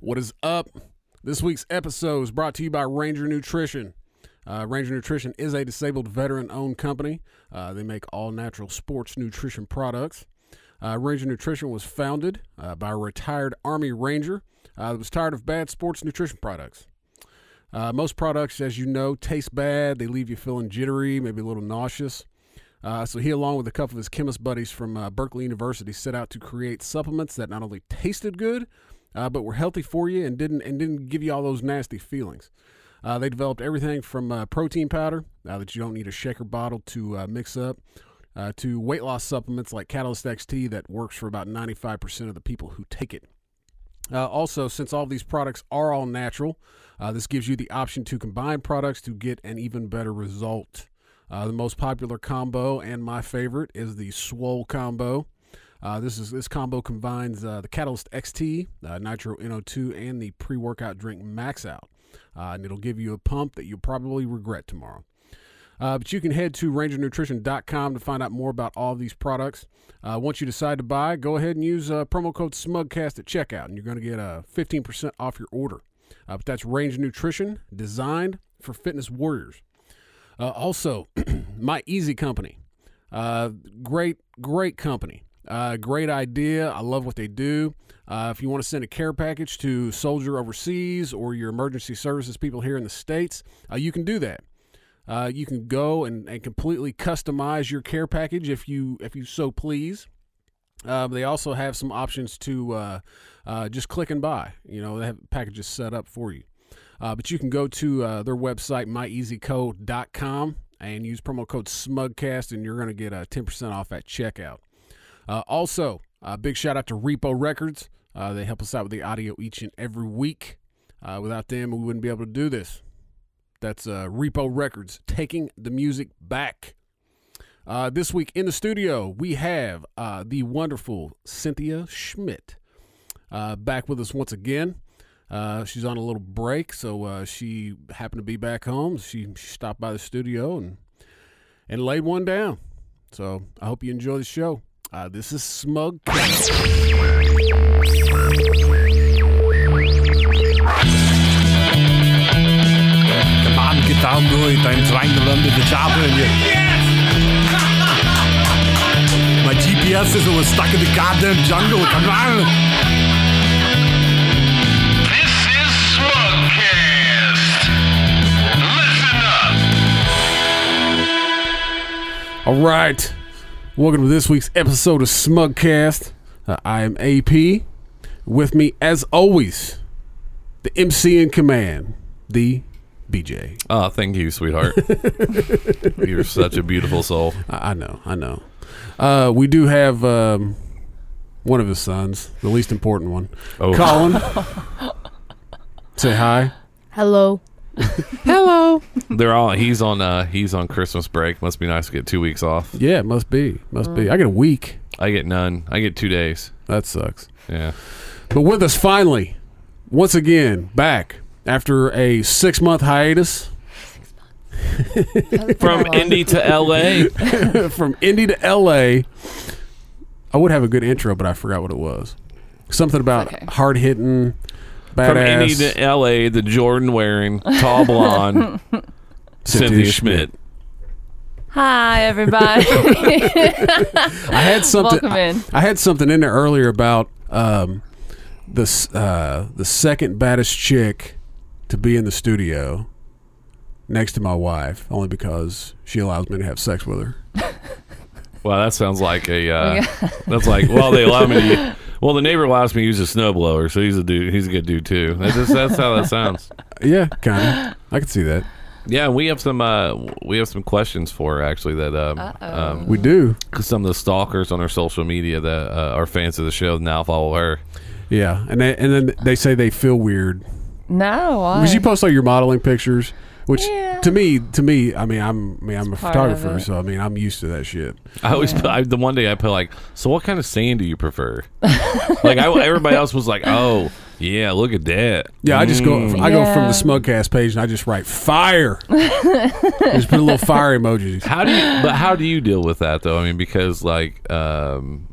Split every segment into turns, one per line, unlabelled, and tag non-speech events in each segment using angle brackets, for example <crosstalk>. What is up? This week's episode is brought to you by Ranger Nutrition. Uh, Ranger Nutrition is a disabled veteran owned company. Uh, they make all natural sports nutrition products. Uh, Ranger Nutrition was founded uh, by a retired Army Ranger uh, that was tired of bad sports nutrition products. Uh, most products, as you know, taste bad. They leave you feeling jittery, maybe a little nauseous. Uh, so he, along with a couple of his chemist buddies from uh, Berkeley University, set out to create supplements that not only tasted good, uh, but were healthy for you and didn't and didn't give you all those nasty feelings. Uh, they developed everything from uh, protein powder uh, that you don't need a shaker bottle to uh, mix up, uh, to weight loss supplements like Catalyst XT that works for about 95% of the people who take it. Uh, also, since all these products are all natural, uh, this gives you the option to combine products to get an even better result. Uh, the most popular combo and my favorite is the Swole combo. Uh, this is this combo combines uh, the Catalyst XT, uh, Nitro NO2, and the pre-workout drink Max Out, uh, and it'll give you a pump that you'll probably regret tomorrow. Uh, but you can head to rangernutrition.com to find out more about all these products. Uh, once you decide to buy, go ahead and use uh, promo code SMUGCAST at checkout, and you're going to get uh, 15% off your order. Uh, but that's Ranger Nutrition, designed for fitness warriors. Uh, also, <clears throat> My Easy Company. Uh, great, great company. Uh, great idea. I love what they do. Uh, if you want to send a care package to soldier overseas or your emergency services people here in the States, uh, you can do that. Uh, you can go and, and completely customize your care package if you if you so please. Uh, they also have some options to uh, uh, just click and buy. You know, they have packages set up for you. Uh, but you can go to uh, their website, myeasycode.com, and use promo code SMUGCAST, and you're going to get uh, 10% off at checkout. Uh, also, uh, big shout out to Repo Records. Uh, they help us out with the audio each and every week. Uh, without them, we wouldn't be able to do this. That's uh, Repo Records, taking the music back. Uh, this week in the studio, we have uh, the wonderful Cynthia Schmidt uh, back with us once again. Uh, she's on a little break, so uh, she happened to be back home. She, she stopped by the studio and and laid one down. So I hope you enjoy the show. Uh, this is Smug.
Come on, get down to it. I'm trying to run to the chopper and you. My GPS system was stuck in the goddamn jungle. Come on.
This is Smugcast. Listen up.
All right, welcome to this week's episode of Smugcast. Uh, I am AP. With me, as always, the MC in command, the BJ.
Oh, thank you, sweetheart. You're such a beautiful soul.
I, I know, I know. Uh, we do have um, one of his sons, the least important one,
Oh.
Colin. Say hi.
Hello. <laughs> Hello.
They're all he's on uh he's on Christmas break. Must be nice to get two weeks off.
Yeah, must be, must
Mm.
be. I get a week.
I get none. I get two days.
That sucks.
Yeah.
But with us finally, once again, back after a six month hiatus <laughs>
From Indy to LA.
from Indy to LA. I would have a good intro, but I forgot what it was. Something about
okay.
hard hitting,
From Indy
badass.
to LA, the Jordan wearing, tall blonde, Cynthia Schmidt. <laughs>
Hi, everybody.
I had something.
Welcome in.
I had something in there earlier about um, the s- uh, the second baddest chick to be in the studio next to my wife, only because she allows me to have sex with her.
Well, that sounds like a uh, that's like well they allow me to u- well the neighbor allows me to use a snowblower, so he's a dude he's a good dude too. That's just, that's how that sounds.
Yeah, kind of. I can see that.
Yeah, we have some uh, we have some questions for her, actually that um, um
We do.
Cause some of the stalkers on our social media that uh, are fans of the show now follow her.
Yeah, and they, and then they say they feel weird
no, why?
because you post all your modeling pictures, which
Yeah.
to me, to me, I mean, I'm, I mean, I'm a
part of
photographer,
it.
so I mean, I'm used to that shit.
I always put, I, the one day I put like, so what kind of sand do you prefer? <laughs> like I, everybody else was like, oh yeah, look at that.
Yeah, I just go, I go from
Yeah.
the Smugcast page and I just write
<laughs>
fire. just put a little fire emojis.
How do you? But how do you deal with that though? I mean, because like, um,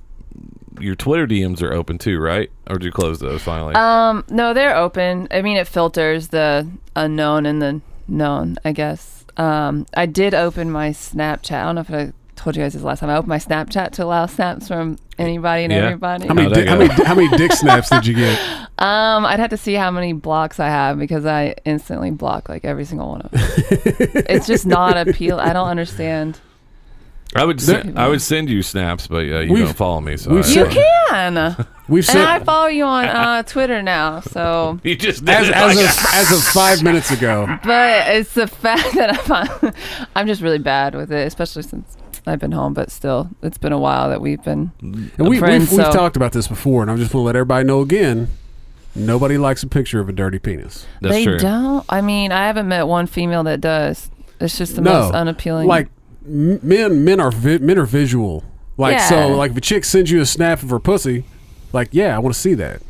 your Twitter DMs are open too, right? Or did you close those finally?
Um, no, they're open. I mean, it filters the unknown and the known, I guess. Um, I did open my Snapchat. I don't know if I told you guys this last time. I opened my Snapchat to allow snaps from anybody and
Yeah.
everybody.
How
How many,
How'd that
di- how,
go?
many, how many dick snaps did you
<laughs>
get?
Um, I'd have to see how many blocks I have because I instantly block like every single one
<laughs>
of them. it's just not appeal. I don't understand.
I would sen- I would send you snaps, but uh, you
We've-
don't follow me, so
we've
I-
sent-
You can, and
We've sent
I follow you on uh, Twitter now. So,
<laughs> you just did
as,
it
as,
like-
of, as
<laughs>
of five minutes ago.
but it's the fact that I'm <laughs> I'm just really bad with it, especially since I've been home. But still, it's been a while that we've been.
And we,
friends,
we've, we've
so-
talked about this before, and I'm just going to let everybody know again. Nobody likes a picture of a dirty penis.
That's
they
true.
don't. I mean, I haven't met one female that does. It's just the
no,
most unappealing.
Like m- men, men are vi- men are visual. Like so,
Yeah.
like if a chick sends you a snap of her pussy, like yeah, I want to see that.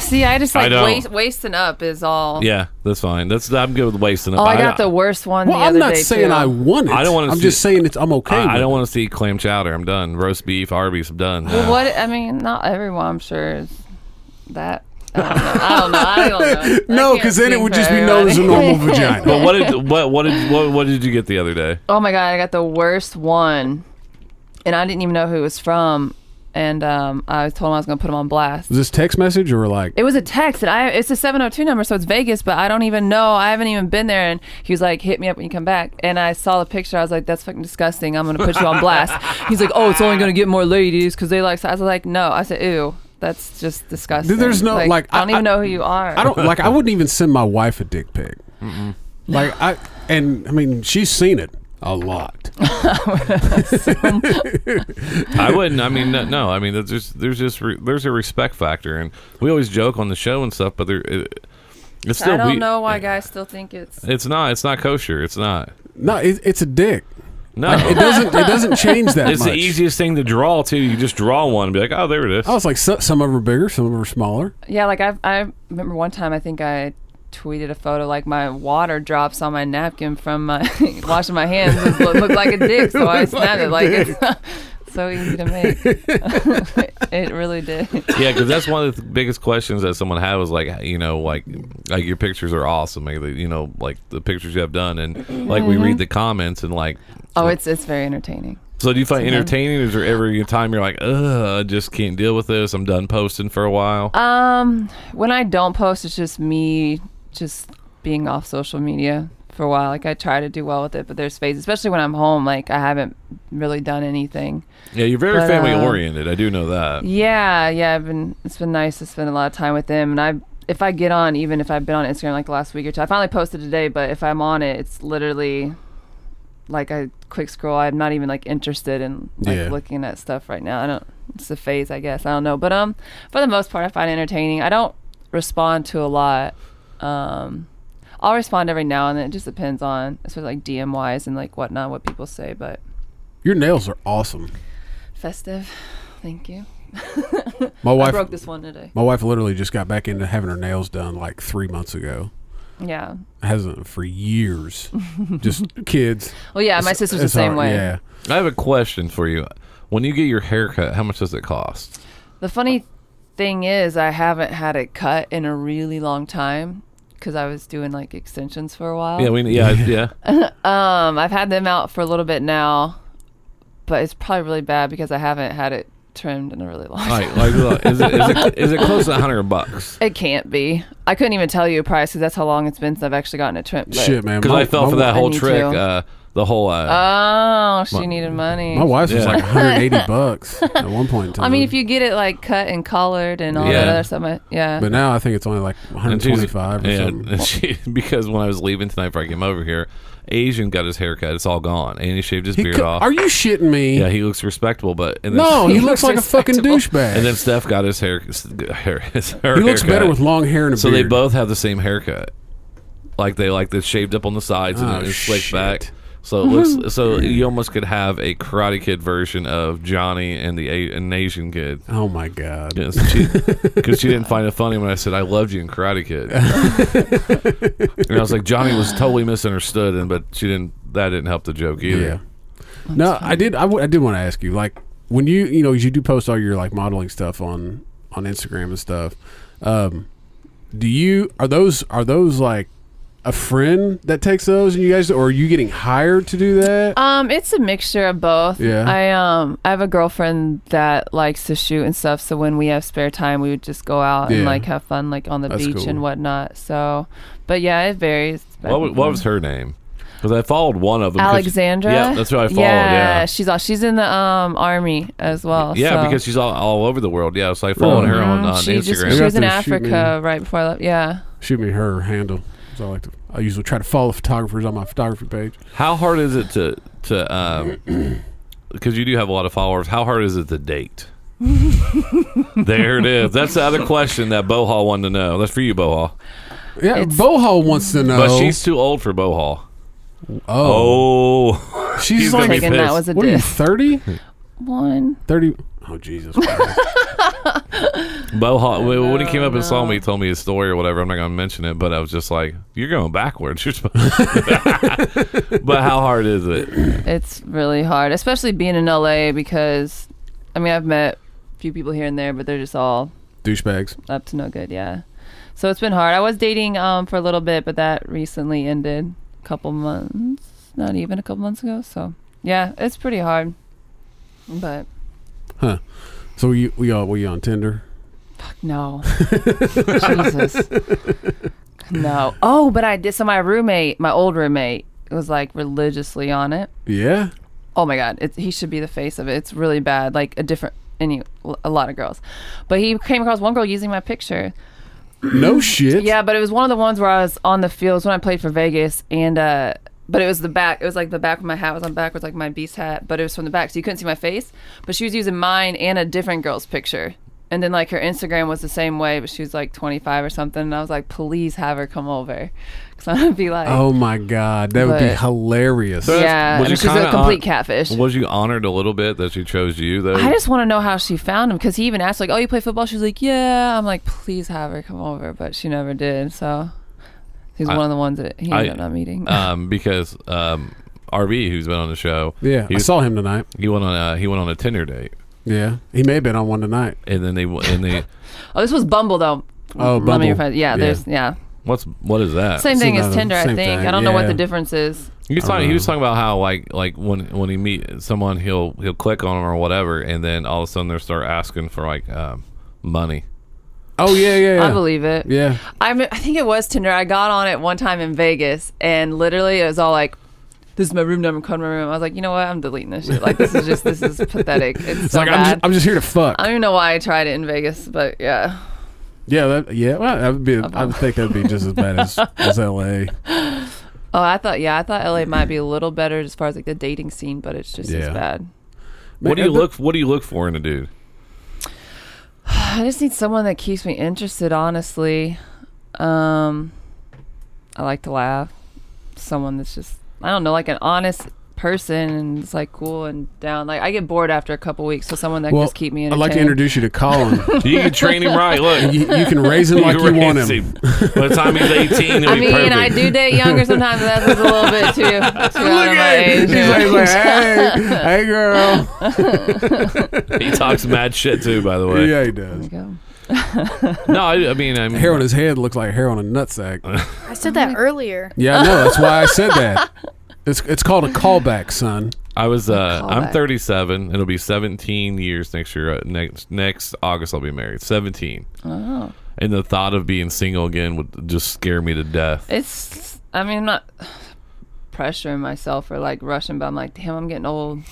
see, I just
I
like
don't.
waist, wasting up is all.
Yeah, that's fine. That's I'm good with wasting.
Oh, I got the worst one
Well,
the
I'm
other
not
day
saying
too.
I want it.
I don't wanna
I'm
see-
just saying it's. I'm okay.
I, I
with
don't
it.
want to see clam chowder. I'm done. Roast beef, Arby's. I'm done.
Well,
Uh,
what I mean, not everyone, I'm sure, is that. I don't know.
<laughs>
I don't know. I don't know.
No,
I can't
because then it
speak
would
for
just be known as a
everybody. <laughs>
normal vagina.
<laughs> But what did what what did what, what did you get the other day?
Oh my god, I got the worst one, and I didn't even know who it was from, and um, I told him I was gonna put him on blast.
Was this text message or like?
It was a text, and I it's a 702 number, so it's Vegas, but I don't even know. I haven't even been there. And he was like, "Hit me up when you come back." And I saw the picture. I was like, "That's fucking disgusting. I'm gonna put you
<laughs>
on blast." He's like, "Oh, it's only gonna get more ladies because they like." So I was like, "No," I said, "Ew, that's just disgusting."
There's no- like,
I don't
I-
even
I-
know who you are.
I don't like. I wouldn't even send my wife a dick pic. Like I and I mean she's seen it a lot.
I wouldn't. I mean, no. no I mean, there's just, there's just re, there's a respect factor, and we always joke on the show and stuff, but there, it, it's still.
I don't
we-
know why guys still think it's.
It's not. It's not kosher. It's not.
No, it, it's a dick.
No.
It doesn't. It doesn't change that
it's
much.
the easiest thing to draw too. You just draw one and be like, oh, there it is.
I was like, so, some of them are bigger, some of them are smaller.
Yeah, like I I remember one time I think I tweeted a photo like my water drops on my napkin from my <laughs> washing my hands It looked, looked like a dick, so I snapped it. Like it's <laughs> so easy to make. it really did.
Yeah, because that's one of the biggest questions that someone had was like, you know, like, like your pictures are awesome, like, you know, like the pictures you have done, and like
Mm-hmm.
we read the comments and like.
Oh, it's it's very entertaining.
So do you find entertaining? Is there ever a time you're like, ugh, I just can't deal with this. I'm done posting for a while.
Um, when I don't post, it's just me just being off social media for a while. Like I try to do well with it, but there's phases, especially when I'm home. Like I haven't really done anything.
yeah, you're very
but, uh,
family oriented. I do know that.
Yeah, yeah, I've been it's been nice to spend a lot of time with them and I if I get on even if I've been on Instagram like the last week or two. I finally posted today, but if I'm on it, it's literally like a quick scroll. I'm not even like interested in like
Yeah.
looking at stuff right now. I don't it's a phase, I guess. I don't know. But um for the most part I find it entertaining. I don't respond to a lot. Um I'll respond every now and then. It just depends on especially like DM wise and like whatnot, what people say, but
Your nails are awesome.
festive. Thank you.
My
I
wife,
broke this one today.
my wife literally just got back into having her nails done like three months ago.
Yeah.
Hasn't for
<laughs>
years. just kids.
Well, yeah, Uh, my sister's the
It's
same
hard-
way.
Yeah.
I have a question for you. When you get your haircut, how much does it cost?
The funny thing is, I haven't had it cut in a really long time because I was doing like extensions for a while.
Yeah, we yeah yeah.
um, I've had them out for a little bit now, but it's probably really bad because I haven't had it trimmed in a really long time.
like, like look, is, it, is, it, is it close to hundred bucks?
<laughs> It can't be. I couldn't even tell you a price because that's how long it's been since I've actually gotten it trimmed. but-
Shit, man.
Because
My-
I fell
my
for
wi-
that whole
need
trick.
to.
Uh, the whole uh,
Oh, she needed money.
My wife's was
Yeah.
like
<laughs>
180 bucks at one point. in time.
I mean, if you get it like cut and collared and all that
Yeah.
other stuff, I- yeah.
But now I think it's only like
and she's-
125 or
yeah,
something.
and <laughs> she- because when I was leaving tonight before I came over here, Asian got his haircut. It's all gone, and he shaved his
He
beard
could-
off.
are you shitting me?
yeah, he looks respectable, but and then, <laughs>
no, he looks like a fucking
And then
douchebag.
Steph got his hair. hair his, her
He looks better
haircut.
with long hair and a
So
beard.
they both have the same haircut. Like they like the shaved up on the sides and
Oh,
then it's slicked
shit. Mm-hmm.
back. So it looks so you almost could have a Karate Kid version of Johnny and the a- an Asian kid.
Oh my god. <laughs>
Because she, 'cause she didn't find it funny when I said I loved you in Karate Kid, and I was like Johnny was totally misunderstood, and but she didn't. That didn't help the joke either.
Yeah. No, I did. I, w- I did want to ask you, like, when you you know you do post all your like modeling stuff on on Instagram and stuff. Um, do you are those are those like a friend that takes those and you guys or are you getting hired to do that?
Um, it's a mixture of both.
Yeah.
I um I have a girlfriend that likes to shoot and stuff, so when we have spare time we would just go out
Yeah.
and like have fun like on the
That's
beach
cool.
and whatnot. So but yeah, it varies.
What, wa- what was her name? Because I followed one of them. 'cause-
Alexandra?
Yeah, that's what I followed.
Yeah,
Yeah,
she's all, she's in the um army as well.
yeah,
so. Mm-hmm. Mm,
because she's all, all over the world. Yeah, so I followed her on, on
she just-
Instagram.
<clears throat> she was in
You're gonna have to shoot me.
Africa right before I left. Yeah.
Shoot me her handle. So I like to I usually try to follow photographers on my photography page.
How hard is it to to um <clears throat> because you do have a lot of followers? How hard is it to
<laughs>
date? there it is. That's the other question that Bohal wanted to know. That's for you, Bohal.
Yeah,
It's-
Boho wants to know.
Oh.
But she's too old for Bohal.
oh,
Oh,
she's,
he's gonna
like
be
Thinking that
pissed.
was a
what are you
diss.
30?
One.
30 Oh Jesus. Christ.
Bohal. When he came up and saw me, he told me his story or whatever. I'm not going to mention it, but I was just like, "You're going backwards." You're
<laughs>
supposed. <laughs> but how hard is it?
It's really hard, especially being in LA because I mean I've met a few people here and there, but they're just all
<laughs> Douchebags.
up to no good. Yeah. So it's been hard. I was dating um for a little bit, but that recently ended a couple months, not even a couple months ago. So yeah, it's pretty hard. But
So were you we all were you on Tinder?
no, Jesus, no. Oh, but I did. So my roommate, my old roommate, was like religiously on it.
Yeah.
oh my god it's, he should be the face of it it's really bad like a different any a lot of girls but he came across one girl using my picture <clears throat>
No shit.
yeah but it was one of the ones where i was on the fields when i played for vegas and uh but it was the back it was like the back of my hat was on backwards like my beast hat but it was from the back so you couldn't see my face but she was using mine and a different girl's picture and then like her instagram was the same way but she was like 25 or something and i was like please have her come over <laughs> because i'm gonna be like
Oh my god, that would be
But-
hilarious.
So
yeah
was
and
you
she's a
kinda uh,
complete
on-
catfish
Was you honored a little bit that she chose you though?
I just want to know how she found him because he even asked like, "Oh, you play football?" She was like, "Yeah." I'm like, "Please have her come over," but she never did. So he's
I-
one of the ones that he
I-
ended up not meeting.
um, because um, RB, who's been on the show,
Yeah,
he,
I saw him tonight.
he went on a he went on a Tinder date,
Yeah, he may have been on one tonight.
and then they and
<laughs>
they
oh, this was Bumble though.
Oh,
Let me
Bumble.
find- Yeah,
Yeah.
there's yeah.
what's what is that?
Same
It's
thing as
another-
Tinder, I
same
think.
thing,
I don't know what
yeah.
the difference is.
He was
I don't
talking. He
know.
was talking about how like like when when he meet someone, he'll he'll click on him or whatever, and then all of a sudden they will start asking for like um, money.
Oh yeah, yeah, yeah.
I believe it.
Yeah.
I mean, I think it was Tinder. I got on it one time in Vegas, and literally it was all like. This is my room number. Come to my room. I was like, you know what? I'm deleting this shit. Like, this is just this
<laughs>
is pathetic. It's,
It's
so
like
bad.
I'm just, I'm just here to fuck.
I don't even know why I tried it in Vegas, but yeah.
yeah, that, yeah. Well, that would be. I would think that'd be just as bad
<laughs>
as, as L.A.
Oh, I thought yeah, I thought LA might be a little better as far as like the dating scene, but it's just
Yeah.
as bad.
What do you look? What do you look for in a dude?
I just need someone that keeps me interested, honestly. Um I like to laugh. Someone that's just I don't know, like an honest person and it's like cool and down. Like I get bored after a couple weeks, so someone that can
Well,
just keep me
I'd
entertained.
like to introduce you to Colin.
You can train him right.
<laughs>
Look,
you,
<laughs>
you can raise him like you want
raise
him. <laughs>
By the time he's eighteen, he'll
I
be
mean,
perfect.
I do date younger sometimes, but that's just a little
<laughs>
bit too, too out of my
He's
age.
like, he's like, hey, hey,
<laughs>
girl.
He talks mad shit too. By the way,
Yeah, he
There
does.
you go.
no, I, I mean, I'm
Hair on his head looks like hair on a nutsack.
I said that earlier.
Yeah, I know. That's why I said
<laughs>
that. It's it's called a callback, son.
I was uh, I'm
Callback.
37. It'll be 17 years next year. Uh, next next August, I'll be married. 17.
Oh.
And the thought of being single again would just scare me to death.
It's. I mean, I'm not <sighs> pressuring myself or like rushing, but I'm like, damn, I'm getting old.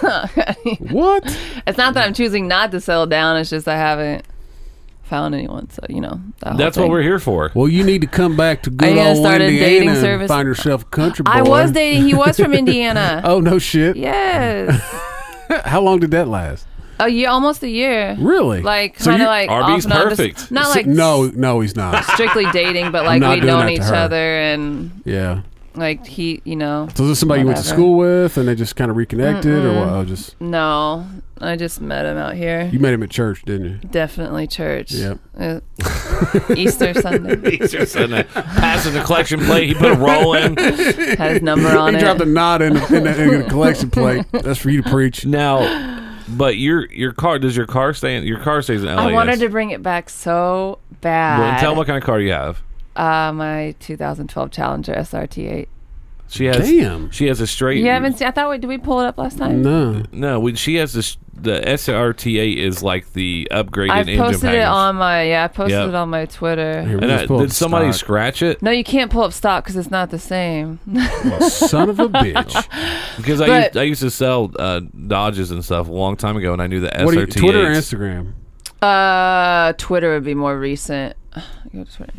What?
It's not that I'm choosing not to settle down. It's just I haven't found anyone. So you know, that whole
That's what
thing.
we're here
<laughs>
for.
Well, you need to come back to
Are you
good
gonna
old
start a
Indiana
dating
and
service?
find yourself a country boy.
I was dating. He was from
<laughs>
Indiana.
Oh no shit!
Yes,
How long did that last?
a year, almost a year.
Really?
Like
So
kind
you-
of like
RB's
off and on, just-
perfect.
not
So-
like
no, no, he's not.
<laughs> strictly dating, but like
not
we've
doing
known
that to
each
her.
other and
yeah.
like he, you know.
So is this somebody you went to
Whatever.
school with, and they just kind of reconnected, or what? Oh, just
No, I just met him out here.
you met him at church, didn't you?
Definitely church.
Yep. <laughs>
Uh, Easter Sunday.
He's just in a- <laughs> passing the collection plate. He put a roll
<laughs>
in.
Had his number on
he
it. <laughs>
dropped a knot in the, in, the, in the collection plate. That's for you to preach.
Now, But your your car does your car stay in your car stays in
Oh,
LAX?
I wanted to bring it back so bad.
Well, tell me what kind of car you have.
uh, my 2012 Challenger SRT8.
She has
Damn.
she has a straight.
You haven't seen? I thought we did we pull it up last time.
No.
No, when she has this, the SRT8 is like the upgraded
I've
engine.
posted it
package.
on my yeah. I posted
Yep.
it on my Twitter.
Here, we
And
just
I-
pulled
did somebody
stock.
scratch it?
No, you can't pull up stock because it's not the same.
<laughs>
<laughs>
Son of a bitch.
Because I
But-
used, I used to sell uh, Dodges and stuff a long time ago, and I knew the SRT.
what do you, Twitter or Instagram?
Uh, Twitter would be more recent. <sighs> Go to Twitter.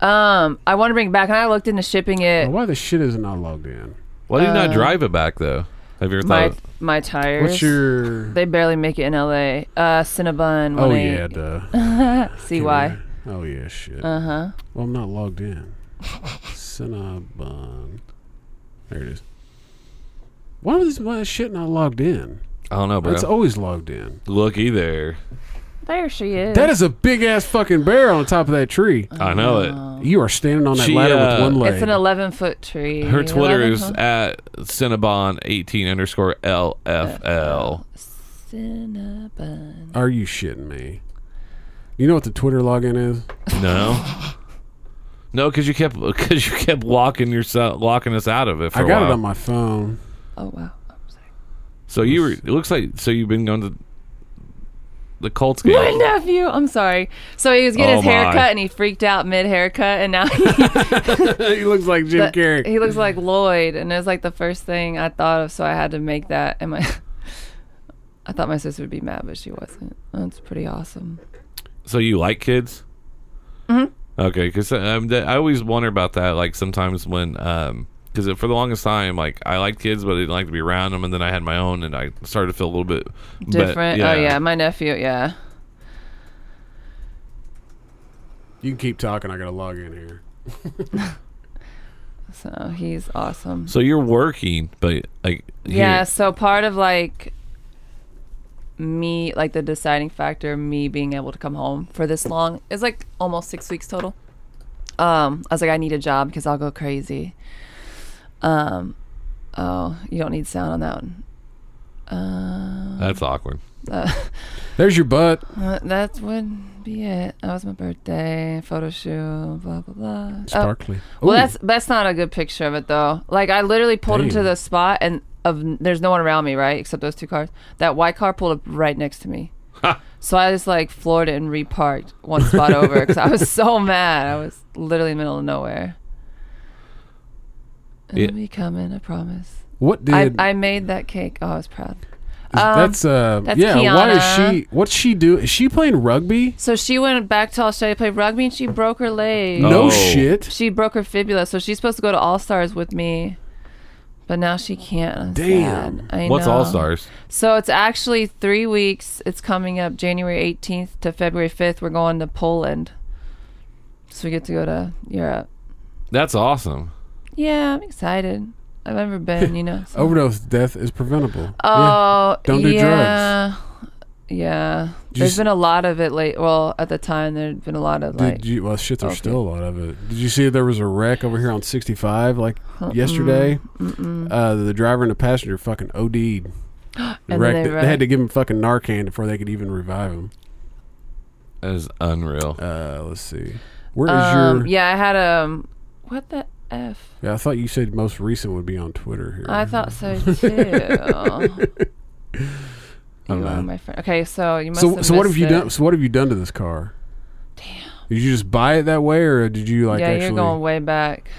Um, I want to bring it back, and I looked into shipping it.
Oh, Why the shit isn't I logged in?
Why do you not drive it back though? Have you ever
My
thought?
my tires.
Uh, What's your?
They barely make it in LA. Uh, Cinnabon.
Oh
18
yeah, duh.
CY.
Oh yeah, shit. Uh huh. Well, I'm not logged in. Cinnabon. There it is. Why was why is shit not logged in?
I don't know, bro.
It's always logged in.
Looky there.
There she is.
That is a big ass fucking bear on top of that tree.
I know it.
You are standing on that
She,
ladder
uh,
with one leg.
It's an 11 foot tree.
Her Twitter
11
is
foot-
at Cinnabon18 underscore LFL.
Cinnabon.
are you shitting me? You know what the Twitter login is?
No. No, because you kept because you kept walking yourself locking us out of it for
I
a
got
while.
it on my phone.
Oh wow. I'm sorry.
so you were. It looks like so you've been going to the Colts game.
My nephew. I'm sorry. So he was getting
Oh,
his hair
my.
cut and he freaked out mid haircut and
<laughs>
now he,
<laughs> he looks like Jim Carrey.
he looks like Lloyd and it was like the first thing I thought of so I had to make that and my <laughs> I thought my sister would be mad but she wasn't. That's pretty awesome.
So you like kids? Mm-hmm. Okay, because um, th- I always wonder about that. Like sometimes when, because for the longest time, like I liked kids, but I didn't like to be around them. And then I had my own, and I started to feel a little bit but-
Different. Oh yeah, my nephew, yeah.
You can keep talking. I gotta log in here.
So he's awesome.
So you're working, but like
Yeah,
here-
so part of like me, like the deciding factor, me being able to come home for this long is like almost six weeks total. Um, I was like, I need a job because I'll go crazy. Um, oh, you don't need sound on that one.
that's awkward.
There's your butt.
Uh, <laughs> That would be it. That was my birthday photo shoot. Blah blah blah. Oh,
Sparkly.
Well,
Ooh.
that's that's not a good picture of it though. Like I literally pulled into
Damn.
the spot and of there's no one around me, right? Except those two cars. That white car pulled up right next to me. so I just like floored it and reparked one spot over
<laughs>
because I was so mad. I was literally in the middle of nowhere.
Yeah.
It'll be coming, I promise.
what did
I, I made that cake. Oh, I was proud.
that's uh
that's
yeah why is
Kiana.
she what's she do is she playing rugby
So she went back to Australia to play rugby and she broke her leg.
Oh.
no shit
She broke her fibula, so she's supposed to go to All Stars with me, but now she can't. I'm
Damn.
sad. I
What's
know.
All Stars?
So it's actually three weeks. It's coming up January 18th to February 5th. We're going to Poland, so we get to go to Europe.
That's awesome.
Yeah, I'm excited. I've never been,
<laughs>
you know. so-
overdose death is preventable Yeah.
Oh,
Oh, Don't do
yeah. Yeah,
you
there's
s-
been a lot of it late. Well, at the time, there'd been a lot of like
did you well shit there's
Okay.
still a lot of it did you see there was a wreck over here on 65 like yesterday uh the driver and the passenger fucking OD'd They
then
wrecked
they
it. they
wrecked-
had to give him fucking Narcan before they could even revive him
That is unreal.
Oh,
uh let's see where is
Um,
your
yeah, I had um, what the f?
yeah I thought you said most recent would be on Twitter here
I thought so too.
<laughs> Oh,
you
know.
are my friend. Okay, so you must.
So,
have
so what have
missed
you
it.
done? So what have you done to this car? Damn. Did you just buy it that way, or did you like
yeah,
actually?
you're going way back.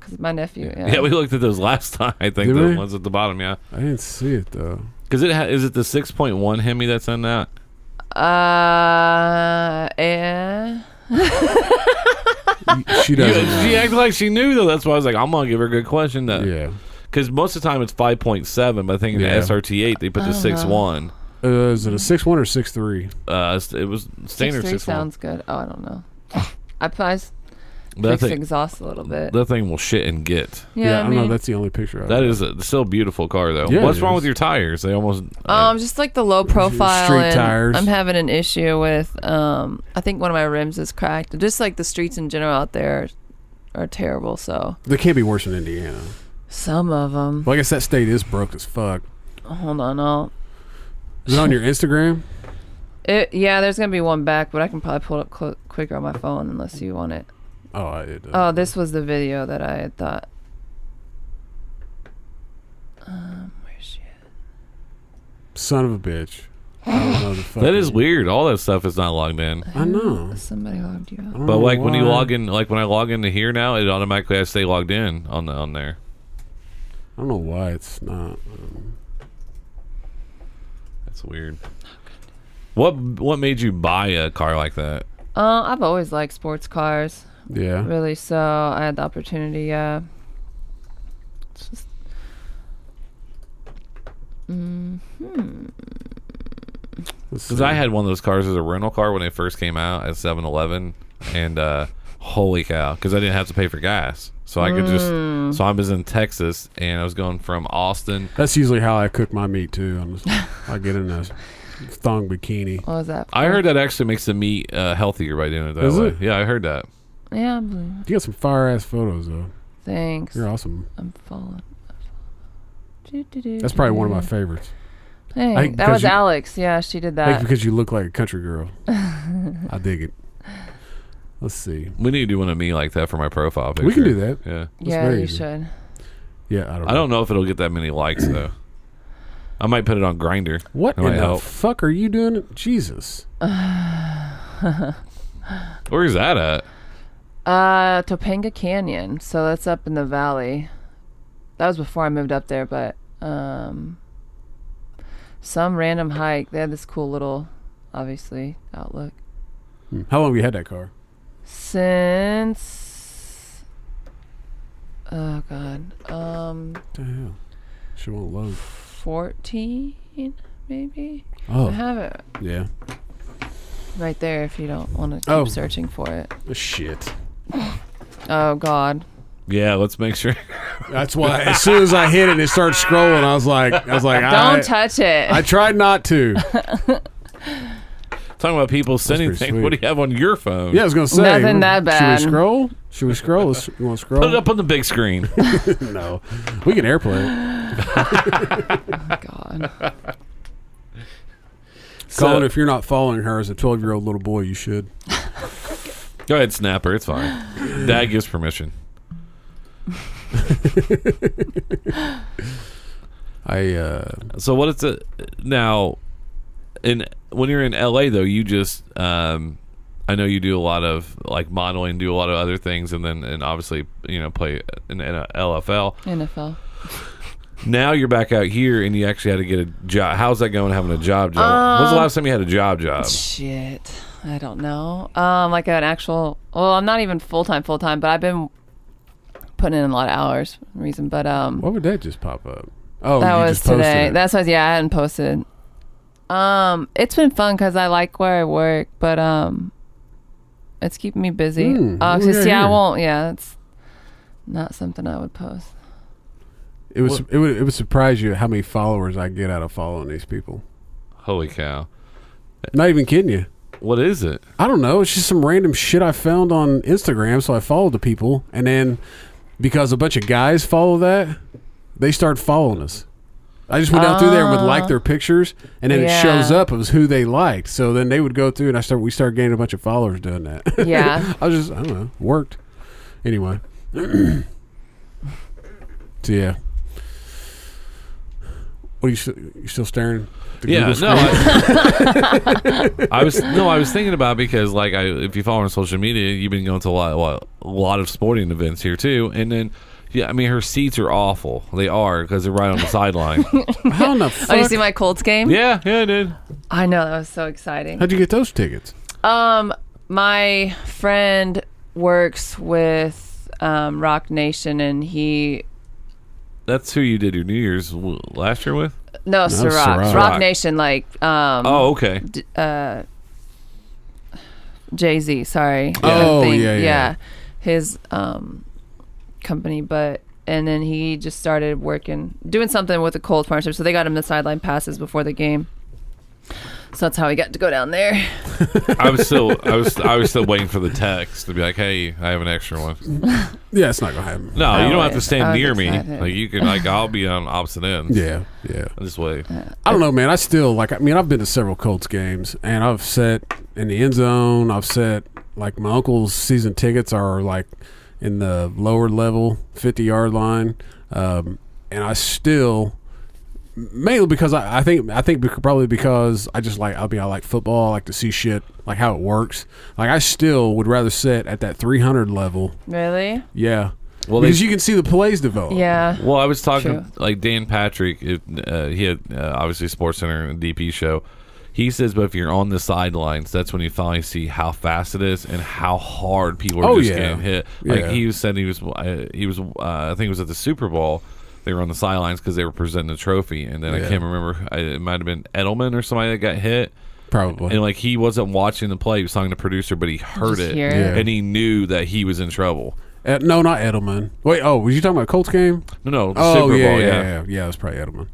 Cause my nephew. Yeah.
yeah, we looked at those last <laughs> time. I think
Did
the
we?
ones at the bottom. Yeah,
I didn't see it
<laughs>
though.
because it ha- is it the six point one Hemi that's on that.
uh, yeah.
You- she
Yeah,
doesn't.
<laughs> she acted like she knew though. That's why I was like, I'm gonna give her a good question. Though.
yeah.
Because most of the time it's 5.7, but I think in
Yeah.
the SRT8 they put the
Uh-huh.
6.1.
Uh, is it a six one or six three?
Uh, it was standard
6'3"
6.1.
sounds good. Oh, I don't know. I probably
that,
fixed
thing,
exhaust a little bit.
that thing will shit and get.
I
yeah, I
don't know.
mean,
That's the only picture. I
That is a, still a beautiful car, though.
Yeah,
What's
it
wrong
is.
with your tires? They almost.
um, just like the low profile.
Street
and
tires.
I'm having an issue with. Um, I think one of my rims is cracked. Just like the streets in general out there are, are terrible. So
They can't be worse than Indiana.
some of them.
Well, I guess that state is broke as fuck.
Hold on, I'll
Is it on your Instagram?
It, yeah, there's gonna be one back, but I can probably pull it up cl- quicker on my phone unless you want it.
Oh, I did.
Oh, this was the video that I had thought. Um, where's she at?
Son of a bitch. I don't know the
<laughs> That is
fucking-
weird. All that stuff is not logged in.
I know.
Somebody logged you out.
I don't
But
know
like when you
why.
log in, like when I log into here now, it automatically I stay logged in on the on there.
I don't know why it's not. um,
That's weird.
Oh,
What what made you buy a car like that?
Uh, I've always liked sports cars,
yeah.
really. So I had the opportunity. uh, Yeah. It's just.
Because I had one of those cars as a rental car when it first came out at 7-Eleven, and uh, holy cow! Because I didn't have to pay for gas, so I could just. So I was in Texas, and I was going from Austin.
That's usually how I cook my meat too. I'm just, I get in a thong bikini.
What was that?
I heard that actually makes the meat uh, healthier by doing it that
Is
way.
it?
Yeah, I heard that.
Yeah. I believe-
You got some fire ass photos though.
Thanks.
You're awesome.
I'm falling.
That's probably one of my favorites. I think
that
because
was
you-
Alex. Yeah, she did
I think
that.
because you look like a country girl. <laughs> I dig it. Let's see.
We need to do one of me like that for my profile picture.
We can do that.
Yeah.
Yeah,
very
you
easy.
should.
Yeah, I don't.
I don't know if it'll get that many likes though. I might put it on Grinder.
What
That
in
might
the
help.
fuck are you doing? Jesus.
Where is that at?
Uh, Topanga Canyon. So that's up in the valley. That was before I moved up there, but um, some random hike. They had this cool little, obviously outlook
Hmm. How long have you had that car?
since. Oh God, um,
What the hell? She won't load.
fourteen maybe. I
Oh,
have it
yeah.
right there if you don't want to keep
Oh.
searching for it.
Shit.
Oh God.
Yeah, let's make sure. <laughs>
That's why. As soon as I hit it, it started scrolling. I was like, I was like,
Don't
I,
touch it.
I tried not to.
Talking about people sending
pretty
things. What do
sweet.
you have on your phone?
Yeah, I was gonna say
Nothing that bad.
Should we scroll? Should we scroll? Let's- You want to scroll?
Put it up on the big screen.
No, we can airplay. it. <laughs>
God.
Colin, if you're not following her as a 12 year old little boy, you should.
Go ahead, snapper. It's fine. Dad gives permission.
I uh,
So what is it now? In when you're in LA though, you just um, I know you do a lot of like modeling, do a lot of other things, and then and obviously you know play in, in LFL.
NFL.
Now you're back out here, and you actually had to get a job. How's that going? Having a job job. When's the last time you had a job job?
Shit. I don't know. Um, like an actual. Well, I'm not even full time, full time, but I've been putting in a lot of hours. for the Reason, but um,
why would that just pop up? Oh,
that
you
was
just posted
today.
it.
That's was yeah. I hadn't posted. Um, it's been fun because I like where I work, but um, it's keeping me busy.
Hmm,
uh,
what we
'cause,
got
yeah, I
here?
won't. Yeah, it's not something I
<laughs>
would post.
it was it would it would surprise you how many followers I get out of following these people.
Holy cow!
Not even kidding you.
What is it?
I don't know. It's just some random shit I found on Instagram, so I followed the people, and then because a bunch of guys follow that, they started following us. I just went down through there and would like their pictures, and then
Ah. Yeah.
it shows up as who they liked. So then they would go through, and I start we started gaining a bunch of followers doing that.
Yeah.
I was just I don't know worked anyway. <clears throat> so yeah. What are you, st- you still staring? at the
Yeah,
Google
no.
screen?
I, <laughs> I was no, I was thinking about it because like I, if you follow her on social media, you've been going to a lot, lot, a lot of sporting events here too, and then. Yeah, I mean her seats are awful. They are because they're right on the sideline.
<laughs> How in the
<laughs> Oh, you
fuck?
see my Colts game?
yeah, yeah, I did.
I know that was so exciting.
How'd you get those tickets?
Um, my friend works with um, Rock Nation, and he
That's who you did your New Year's w- last year with.
no, Ciroc.
Ciroc.
Rock Nation, like um,
Oh, okay.
d- uh, Jay Z. Sorry,
Oh,
Thing.
yeah, yeah.
his um company, but. And then he just started working, doing something with the Colts partnership. So they got him the sideline passes before the game. So that's how he got to go down there.
I was still, I was, I was still waiting for the text to be like, "Hey, I have an extra one."
Yeah, it's not gonna happen.
No,
I
you don't
would-
have to
I
stand
would
near me.
think so, I think.
Like you can, like I'll be on opposite ends.
Yeah, yeah.
This way.
I don't know, man. I still like. I mean, I've been to several Colts games, and I've sat in the end zone. I've sat like my uncle's season tickets are like in the lower level, fifty yard line, um, and I still mainly because I, I think I think bec- probably because I just like I mean I like football. I like to see shit like how it works. Like I still would rather sit at that three hundred level.
Really?
Yeah.
Well,
because
they-
you can see the plays develop.
Yeah.
Well, I was talking
True.
like Dan Patrick. It, uh, he had uh, obviously Sports Center and DP show. He says, but if you're on the sidelines, that's when you finally see how fast it is and how hard people are
Oh,
just
yeah.
getting hit. Like
Yeah.
he was said, he was uh, he was uh, I think it was at the Super Bowl. They were on the sidelines because they were presenting a trophy, and then
Yeah.
I can't remember. I, it might have been Edelman or somebody that got hit.
Probably.
And like he wasn't watching the play, he was talking to the producer, but he heard
Just
it,
hear it.
Yeah.
and he knew that he was in trouble.
Uh, no, not Edelman. Wait. Oh, was you talking about Colts game?
No, no, the
Oh
Super
yeah,
Bowl,
yeah, yeah,
yeah.
yeah, It was probably Edelman.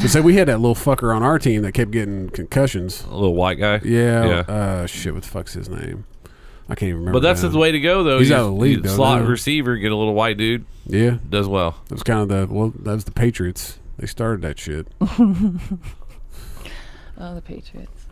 So say we had that little fucker on our team that kept getting concussions.
a little white guy.
Yeah.
yeah.
Uh, shit. What the fuck's his name? I can't even remember.
But that's
now.
the way to go, though.
He's
You-
out of the league,
you
though,
Slot
now.
receiver, get a little white dude,
Yeah.
does
<laughs>
well.
That was kind of the well. That was the Patriots. They started that shit.
Oh, the Patriots.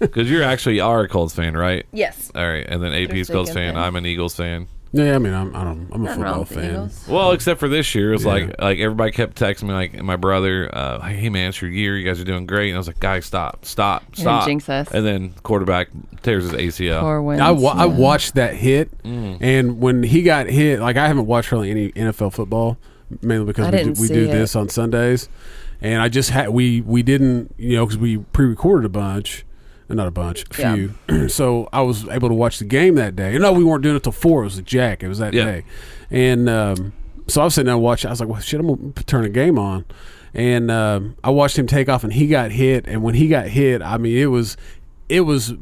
Because you actually are a Colts fan, right?
Yes.
All right, and then AP's
Thursday
Colts
again,
fan.
then.
I'm an Eagles fan.
Yeah. I mean, I'm I don't, I'm a
Nothing wrong
football
with the
fan.
Eagles.
Well, except for this year, it's
Yeah.
like like everybody kept texting me, like my brother, uh, "Hey man, it's your year. You guys are doing great." And I was like, "Guys, stop, stop, stop!"
jinx us.
And then quarterback tears his ACL.
Or wins.
I, wa- I
yeah.
watched that hit, and when he got hit, like I haven't watched really any NFL football, mainly because
I
we do,
didn't
we
see
do
it.
this on Sundays, and I just had we we didn't you know because we pre-recorded a bunch, uh, not a bunch, a
Yeah.
few, <clears throat> so I was able to watch the game that day. No, we weren't doing it till four. It was the Jack. It was that
Yeah.
day, and um, so I was sitting there watching. I was like, well, shit, I'm gonna turn the game on. And um, I watched him take off, and he got hit. And when he got hit, I mean, it was, it was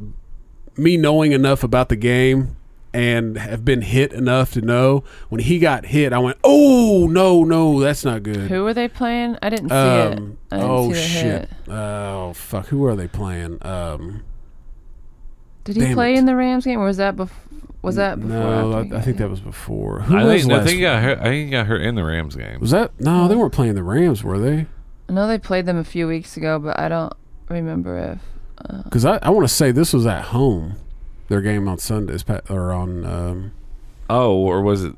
me knowing enough about the game and have been hit enough to know when he got hit, I went, "Oh no, no, that's not good."
Who were they playing? I didn't see
Um,
it. I didn't
oh
see the
shit!
hit.
Oh fuck! Who are they playing? Um,
Did he
Damn
play
it.
in the Rams game, or was that before? Was that before?
no,
after
I,
he
I think
got hit?
that was before. Who
I
was
think, I
last?
think he got hurt. I think he got hurt in the Rams game.
was that? No, they weren't playing the Rams, were they?
I know they played them a few weeks ago, but I don't remember if.
Because I, I want to say this was at home. Their game on Sundays pa- or on. Um,
Oh, or was it?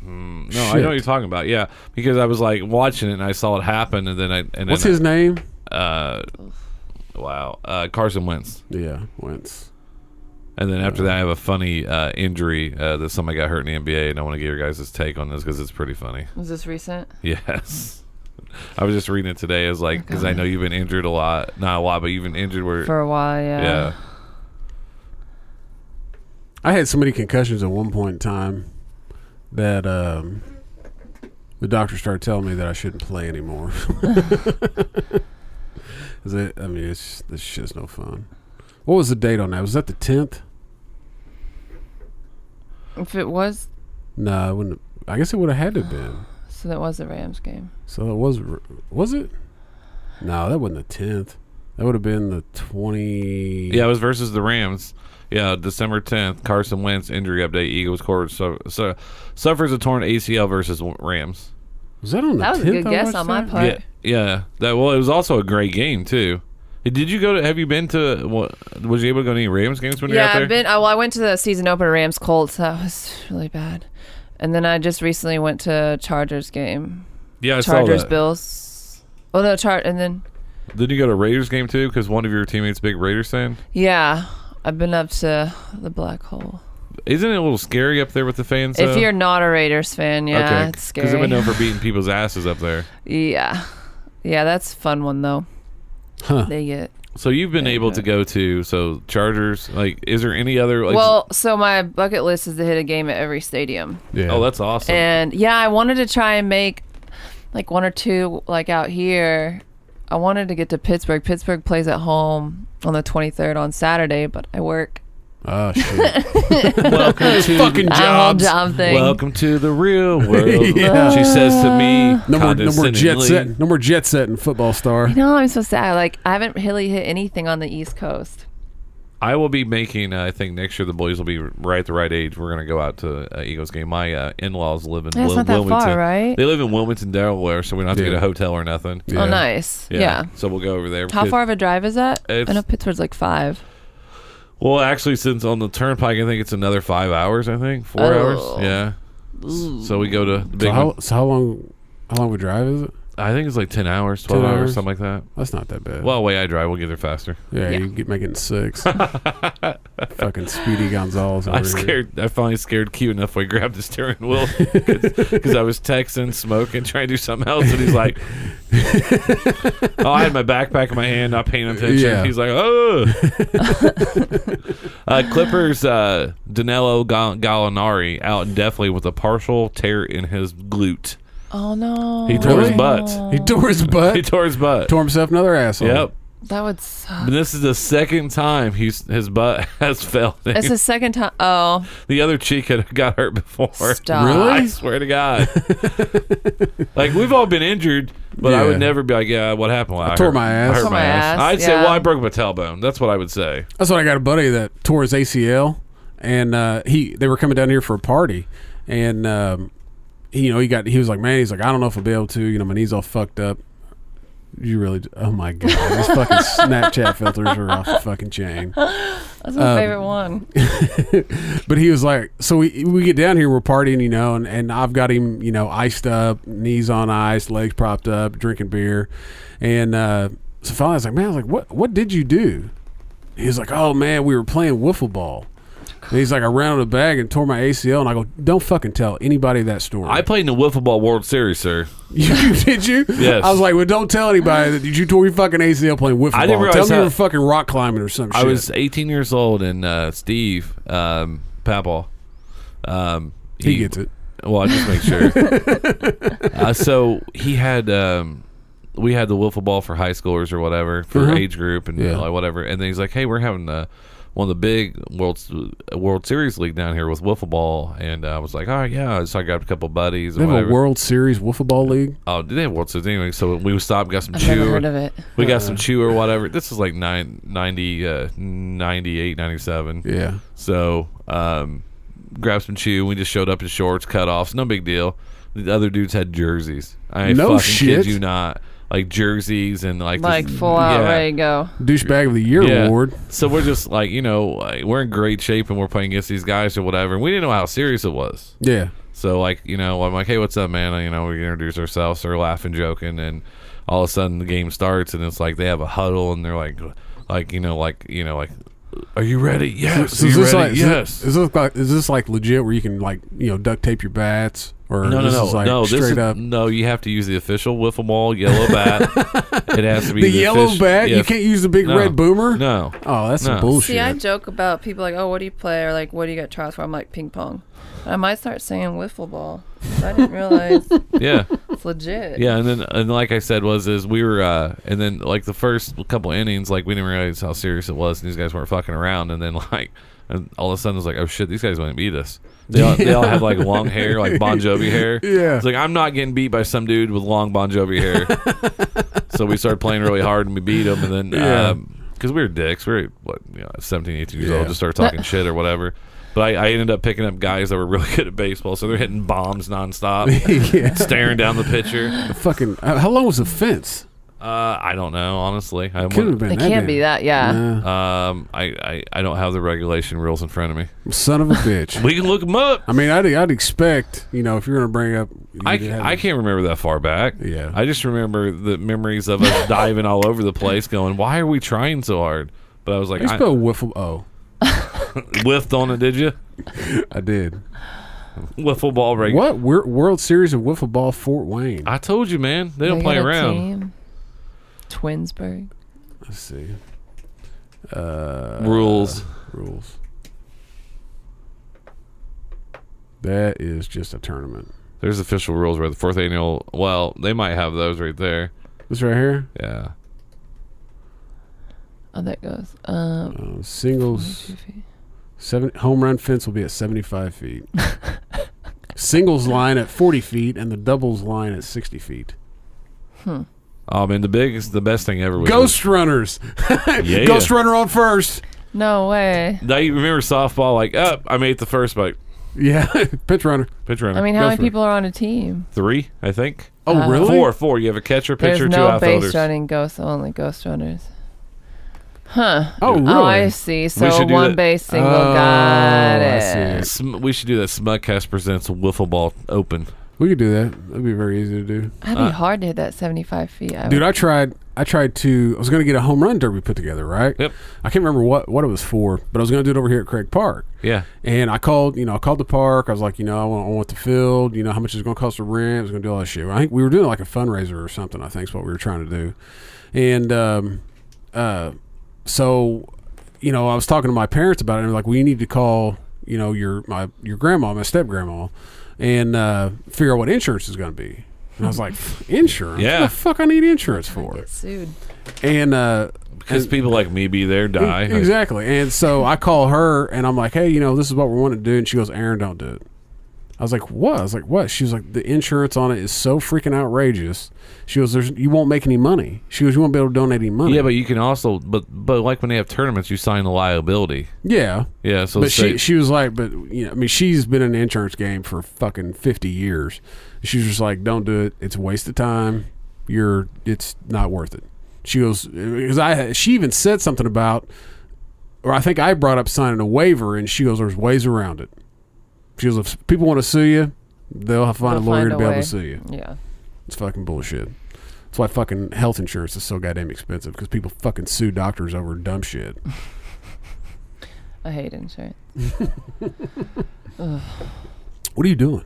Hmm, no, I
Shit.
know what you're talking about. Yeah, because I was like watching it and I saw it happen, and then I and
what's
then
his name?
uh, wow, uh, Carson Wentz.
Yeah, Wentz.
And then after that, I have a funny uh, injury uh, that somebody got hurt in the NBA, and I want to get your guys' take on this because it's pretty funny. <laughs>
Was this recent?
Yes. I was just reading it today. It was like, because I know you've been injured a lot. Not a lot, but you've been injured where.
For a while, yeah.
yeah.
I had so many concussions at one point in time that um, the doctor started telling me that I shouldn't play anymore. <laughs> 'Cause it- I mean, it's this shit's no fun. What was the date on that? Was that the tenth?
If it was,
No, it wouldn't. I guess it would have had to have been.
so that was the Rams game.
So it was. Was it? No, that wasn't the tenth. That would have been the twenty.
Yeah, it was versus the Rams. Yeah, December 10th, Carson Wentz injury update. Eagles quarter su- su- suffers a torn ACL versus Rams.
Was that on the?
That was a
10th
good
I
guess
watched
on my
that?
part.
Yeah, yeah. That well, it was also a great game too. Did you go to? Have you been to? What was you able to go to any Rams games when
Yeah,
you're out there?
I've been. I, well, I went to the season opener Rams Colts. That was really bad. And then I just recently went to Chargers game.
yeah, I
Chargers
saw that.
Bills. Oh no, chart. And then
Did you go to Raiders game too? Because one of your teammates, big Raiders fan.
yeah, I've been up to the black hole.
Isn't it a little scary up there with the fans?
if
though?
you're not a Raiders fan, yeah, it's
Because I've
scary.
been known for beating people's asses up there.
yeah, yeah, that's a fun one though.
Huh.
They get
So you've been able to go to so Chargers. Like, is there any other? Like,
well. So my bucket list is to hit a game at every stadium.
Yeah.
oh, that's awesome.
And yeah, I wanted to try and make like one or two like out here. I wanted to get to Pittsburgh. Pittsburgh plays at home on the 23rd on Saturday, but I work
Oh shit!
<laughs>
Welcome to
Fucking
That whole
jobs.
job thing.
Welcome to the real world.
Yeah.
She says to me,
No more, no more jet
condescendingly,
setting. No more jet setting. Football star.
<laughs> You know, I'm so sad. Like, I haven't really hit anything on the East Coast.
I will be making. Uh, I think next year the boys will be right the right age. We're gonna go out to uh, Eagles game. My uh, in laws live in
Yeah, it's
Wil-
not that
Wilmington.
far, right?
They live in Wilmington, Delaware, so we don't have to
Yeah.
get a hotel or nothing.
Yeah.
Oh, nice. Yeah.
So we'll go over there.
How far of a drive is that? I
It's-
know Pittsburgh's like five.
Well, actually, since on the turnpike, I think it's another five hours. I think four
Oh.
hours. Yeah. So we go to the big.
So how,
one.
so how long? How long we drive is it?
I think it's like ten hours, twelve
10
hours,
hours.
something like that.
That's not that bad.
Well, way I drive, we'll get there faster.
yeah,
yeah.
you get making
<laughs>
six. Fucking Speedy Gonzalez.
I
over here.
scared. I finally scared Q enough. where he grabbed the steering wheel because I was texting, smoking, trying to do something else, and he's
<laughs>
like, "Oh, I had my backpack in my hand, not paying attention."
Yeah.
He's like, "Oh."
<laughs>
uh, Clippers uh, Danilo Gall- Gallinari out definitely with a partial tear in his glute.
Oh no.
He tore
Really?
his butt.
He tore
<laughs>
his
He
butt.
tore his butt.
tore himself another asshole.
Yep.
That would suck.
<laughs> And this is the second time he's his butt <laughs> has failed. him.
It's the second time. Oh,
The other cheek had got hurt before.
Stop.
Really?
I swear to <laughs> God. like we've all been injured, but I
Yeah.
would never be like, "Yeah, what happened?" Well, I,
tore
hurt-
my ass.
I hurt
Tore
my
my
ass.
ass,
I'd say,
yeah.
"Well, I broke my tailbone." That's what I would say.
That's what I got a buddy that tore his ACL, and uh, he they were coming down here for a party, and um, he, you know he got he was like, man, he's like, I don't know if I'll be able to, you know, my knees all fucked up. You really? d- Oh my god! These fucking
<laughs>
Snapchat filters are off the fucking chain.
that's my favorite one.
But he was like, so we we get down here, we're partying, you know, and, and I've got him, you know, iced up, knees on ice, legs propped up, drinking beer, and uh, so finally I was like, man, I was like, what what did you do? He was like, oh man, we were playing wiffle ball. And he's like, I ran out of the bag and tore my ACL, and I go, don't fucking tell anybody that story.
I played in the wiffle ball World Series, sir.
<laughs> you did you?
Yes.
I was like, well, don't tell anybody that you tore your fucking ACL playing wiffle ball.
I didn't
tell
realize
me you
how-
were fucking rock climbing or some shit.
I was 18 years old, and uh, Steve um, Papal, um,
He gets it.
Well, I just make sure.
<laughs>
uh, so he had, um, we had the wiffle ball for high schoolers or whatever for
Mhm.
age group and
Yeah.
like, whatever. And then he's like, "Hey, we're having uh one of the big world World Series league down here with wiffle ball." And uh, I was like, "All right, yeah." So I grabbed a couple buddies.
They have
and
a
whatever.
World Series wiffle ball league.
oh, did they have World Series anyway? So we stopped, got some
I've
chew.
never heard of it.
We got
Uh.
some chew or whatever. This is like nine, 90, uh, 98, 97.
Yeah.
So, um, grabbed some chew. We just showed up in shorts, cutoffs, no big deal. The other dudes had jerseys. I
No
fucking
shit.
kid you not. Like jerseys and like
Like
this-
full out,
yeah.
ready to go.
Douchebag of the Year
Yeah.
award.
So we're just like you know like, we're in great shape and we're playing against these guys or whatever. And we didn't know how serious it was.
Yeah.
So like you know I'm like hey what's up man you know we introduce ourselves they're laughing joking and all of a sudden the game starts and it's like they have a huddle and they're like like you know like you know like are you ready yes
So
are
is
you
this
ready
like is
yes
this, is this like is this like legit where you can like you know duct tape your bats or
No, no,
this
no,
is like
no.
straight
This is,
up
no. You have to use the official wiffle ball yellow
<laughs>
bat. it has to be
the yellow
offici-
bat?
yeah.
You can't use the big
No.
red boomer.
No,
Oh, that's some
No.
bullshit. <laughs>
See, I joke about people like, oh, what do you play? Or like, what do you got trials for? I'm like, ping pong. I might start saying wiffle ball. I didn't realize <laughs>
<laughs>
yeah,
it's legit.
yeah. And then, and like I said, was is we were, uh and then like the first couple innings, like we didn't realize how serious it was, and these guys weren't fucking around. And then <laughs> like, and all of a sudden it was like, oh shit, these guys might beat us. They all, they all have like long
<laughs>
hair, like Bon Jovi hair.
Yeah.
it's like I'm not getting beat by some dude with long Bon Jovi hair.
<laughs>
so we started playing really hard and we beat them, and then.
Yeah.
Um, because we were dicks. We were what, you know, 17, 18 years
Yeah.
old, just started talking shit or whatever. But I, I ended up picking up guys that were really <laughs> good at baseball, so they're hitting
<laughs>
bombs nonstop,
yeah.
staring down the pitcher.
Fucking. Uh, how long was the fence?
Uh, I don't know, honestly. I
Could have
wouldn't-
been.
It can't be that, yeah.
Nah.
um, I, I, I don't have the regulation rules in front of me.
son of a bitch.
<laughs> We can look them up.
I mean, I'd, I'd expect you know if you're gonna bring up. <laughs> you
I,
had-
I can't remember that far back.
Yeah.
I just remember the memories of
<laughs>
us diving all over the place, going, "Why are we trying so hard?" But I was like,
You
I
spell wiffle. Oh,
"Whiffed on it, did you?
I did.
Wiffle ball reg-
What Wor- World Series of wiffle ball, Fort Wayne?
I told you, man. They don't
They
play
got a
around.
team. Twinsburg.
Let's see. Uh,
Rules.
rules. That is just a tournament.
There's official rules where the fourth annual. Well, they might have those right there.
This right here,
Yeah.
Oh, that goes. Um,
uh, singles Seven home run fence will be at 75
<laughs>
feet. Singles line at 40 feet and the doubles line at 60 feet.
Oh man, the biggest, the best thing ever. Was
Ghost runners.
Yeah.
Ghost runner on first.
No way.
Now you remember softball? Like, up, I made the first by
Yeah, <laughs> pitch runner.
pitch runner.
I mean, how
Go
many
for it.
people are on a team?
three, I think.
Oh,
Uh,
really?
Four, four. You have a catcher, pitcher,
There's
two
no base
outfielders.
running ghosts, only ghost runners. Huh.
Oh, really?
Oh, I see. So
should do
one
that.
base single.
Oh,
Got
I
it.
see.
Sm- we should do that. Smugcast presents wiffle ball open.
We could do that. That'd be very easy to do.
That'd be hard to hit that 75 feet. I
Uh, Dude,
would-
I tried. I tried to. I was going to get a home run derby put together, right?
Yep.
I can't remember what what it was for, but I was going to do it over here at Craig Park.
Yeah.
And I called, you know, I called the park. I was like, you know, I want, I want the field. You know, how much is it going to cost to rent? I was going to do all that shit. I think we were doing like a fundraiser or something. I think is what we were trying to do. And um, uh, so, you know, I was talking to my parents about it. and They're like, we need to call, you know, your my your grandma, my step grandma, and uh, figure out what insurance is going to be. And I was like, insurance?
Yeah.
What the fuck I need insurance for?
Sued.
And uh,
Because people like me be there, die.
E- Exactly. And so I call her and I'm like, hey, you know, this is what we want to do. And she goes, Aaron, don't do it. I was like, what? I was like, what? She was like, the insurance on it is so freaking outrageous. She goes, There's, you won't make any money. She goes, you won't be able to donate any money.
Yeah, but you can also, but but like when they have tournaments, you sign the liability.
yeah.
Yeah, so
But
say,
she, she was like, but you know, I mean, she's been in the insurance game for fucking fifty years. She was just like, don't do it. It's a waste of time. You're, it's not worth it. She goes because I she even said something about, or I think I brought up signing a waiver, and she goes, there's ways around it. She goes, if people want to sue you, they'll have to find a
They'll
lawyer
find
to
a
be able
way.
to sue you.
Yeah.
It's fucking bullshit. That's why fucking health insurance is so goddamn expensive because people fucking sue doctors over dumb shit.
I hate insurance.
What are you doing?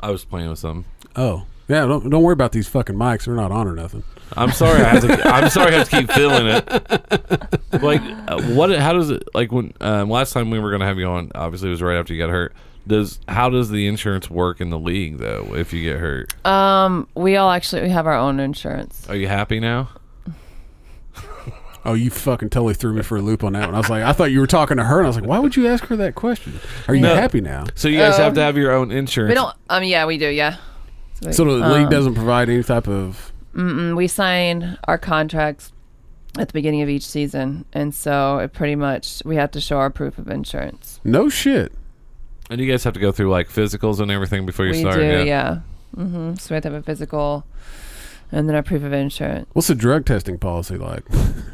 I was playing with something.
Oh. Yeah, don't, don't worry about these fucking mics. They're not on or nothing.
I'm sorry, I have to. I'm sorry, I have to keep feeling it. Like, uh, what? How does it? Like when um, last time we were gonna have you on, obviously it was right after you got hurt. Does how does the insurance work in the league though? If you get hurt,
Um, we all actually we have our own insurance.
Uh,
are you happy now?
Oh, you fucking totally threw me for a loop on that one. I was like, I thought you were talking to her, and I was like, why would you ask her that question? Are you
No.
happy now?
So you guys have to have your own insurance.
um, We don't. Um, yeah, we do. Yeah.
So the league doesn't provide any type of.
And Um, we sign our contracts at the beginning of each season, and so it pretty much we have to show our proof of insurance.
No shit.
and you guys have to go through like physicals and everything before you
we
start.
do. Yeah. Mm-hmm. So we have to have a physical, and then our proof of insurance.
What's the drug testing policy like?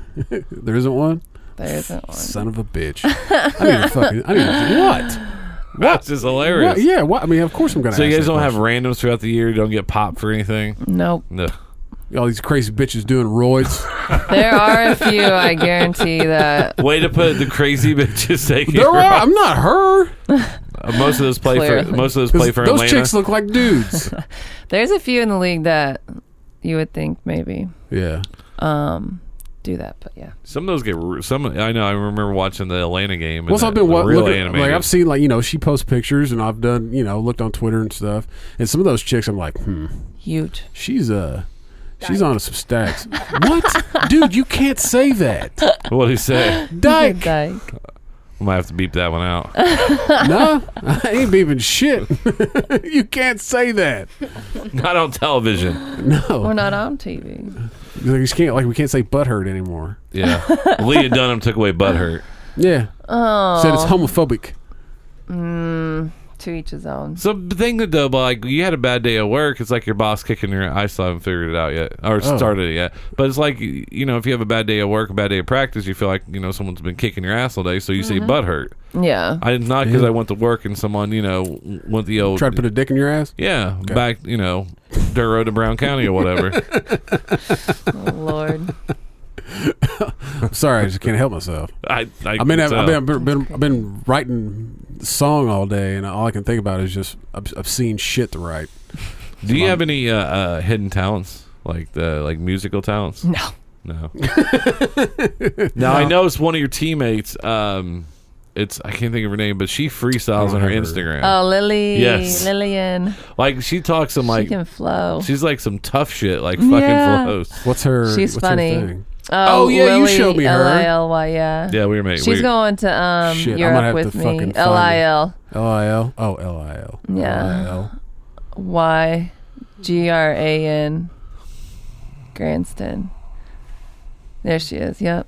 <laughs> there isn't one?
There isn't one.
Son of a bitch. I need a fucking. I need
<laughs>
a, what?
<laughs> That's just hilarious.
What? Yeah, what? I mean, of course I'm going to
So
ask
you guys
that
don't have
question.
randoms throughout the year. Don't get popped for anything.
Nope.
No.
All these crazy bitches doing
<laughs>
roids.
There are a few. <laughs> I guarantee that.
Way to put the crazy <laughs> bitches taking.
They're all,
her out.
I'm not her.
Uh, Most of those play for
Clearly.
most of those play
Those
for
those
Atlanta.
chicks look like
<laughs>
dudes.
There's a few in the league that you would think maybe
yeah.
um do that, but yeah.
some of those get re- some. I know. I remember watching the Atlanta game. and
Well, so I've
the-
been
the
wa-
real
looking,
animated.
like I've seen like you know she posts pictures and I've done you know looked on Twitter and stuff and some of those chicks I'm like hmm
Huge.
she's uh she's on some stacks what dude you can't say that
What do you say? <laughs>
<laughs>
dyke
Like,
I might have to beep that one <laughs> out.
no I ain't beeping shit <laughs> you can't say that
Not on television.
we're
no
not on TV.
like, you just can't like we can't say butthurt anymore
Yeah. Leah Dunham took away butthurt.
yeah oh said it's homophobic
To each his own.
So the thing that though, but, like you had a bad day at work, it's like your boss kicking your. I still haven't figured it out yet, or started it yet. But it's like y- you know, if you have a bad day at work, a bad day at practice, you feel like you know someone's been kicking your ass all day, so you say
Mm-hmm.
butt hurt.
Yeah.
I not because I went to work and someone you know w- went the old
try to put a dick in your ass
yeah back you know dirt road to Brown County
<laughs>
or whatever.
Oh, Lord.
I'm sorry I just can't help myself
I I,
I mean, I've, I've,
so-
been, I've been- been I've been writing song all day, and all I can think about is just obs- obscene shit to write.
Do you have any uh, uh, hidden talents like the like musical talents?
No. <laughs>
No. now I know it's one of your teammates. Um, it's I can't think of her name, but she freestyles on her
remember.
Instagram.
Oh, Lily.
Yes.
Lillian.
like she talks some
Oh. She
like
can flow.
she's like some tough shit, like fucking
Yeah.
flows.
What's her?
She's
what's her
funny.
thing? Oh, yeah, you showed me her.
L I L Y. Yeah.
Yeah, we were made.
She's
we,
going to um
Shit, I might
Europe
have
with
to fucking
me.
find her.
L I L
L I L. Oh, L I L.
Yeah. Y G R A N Granston. There she is. Yep.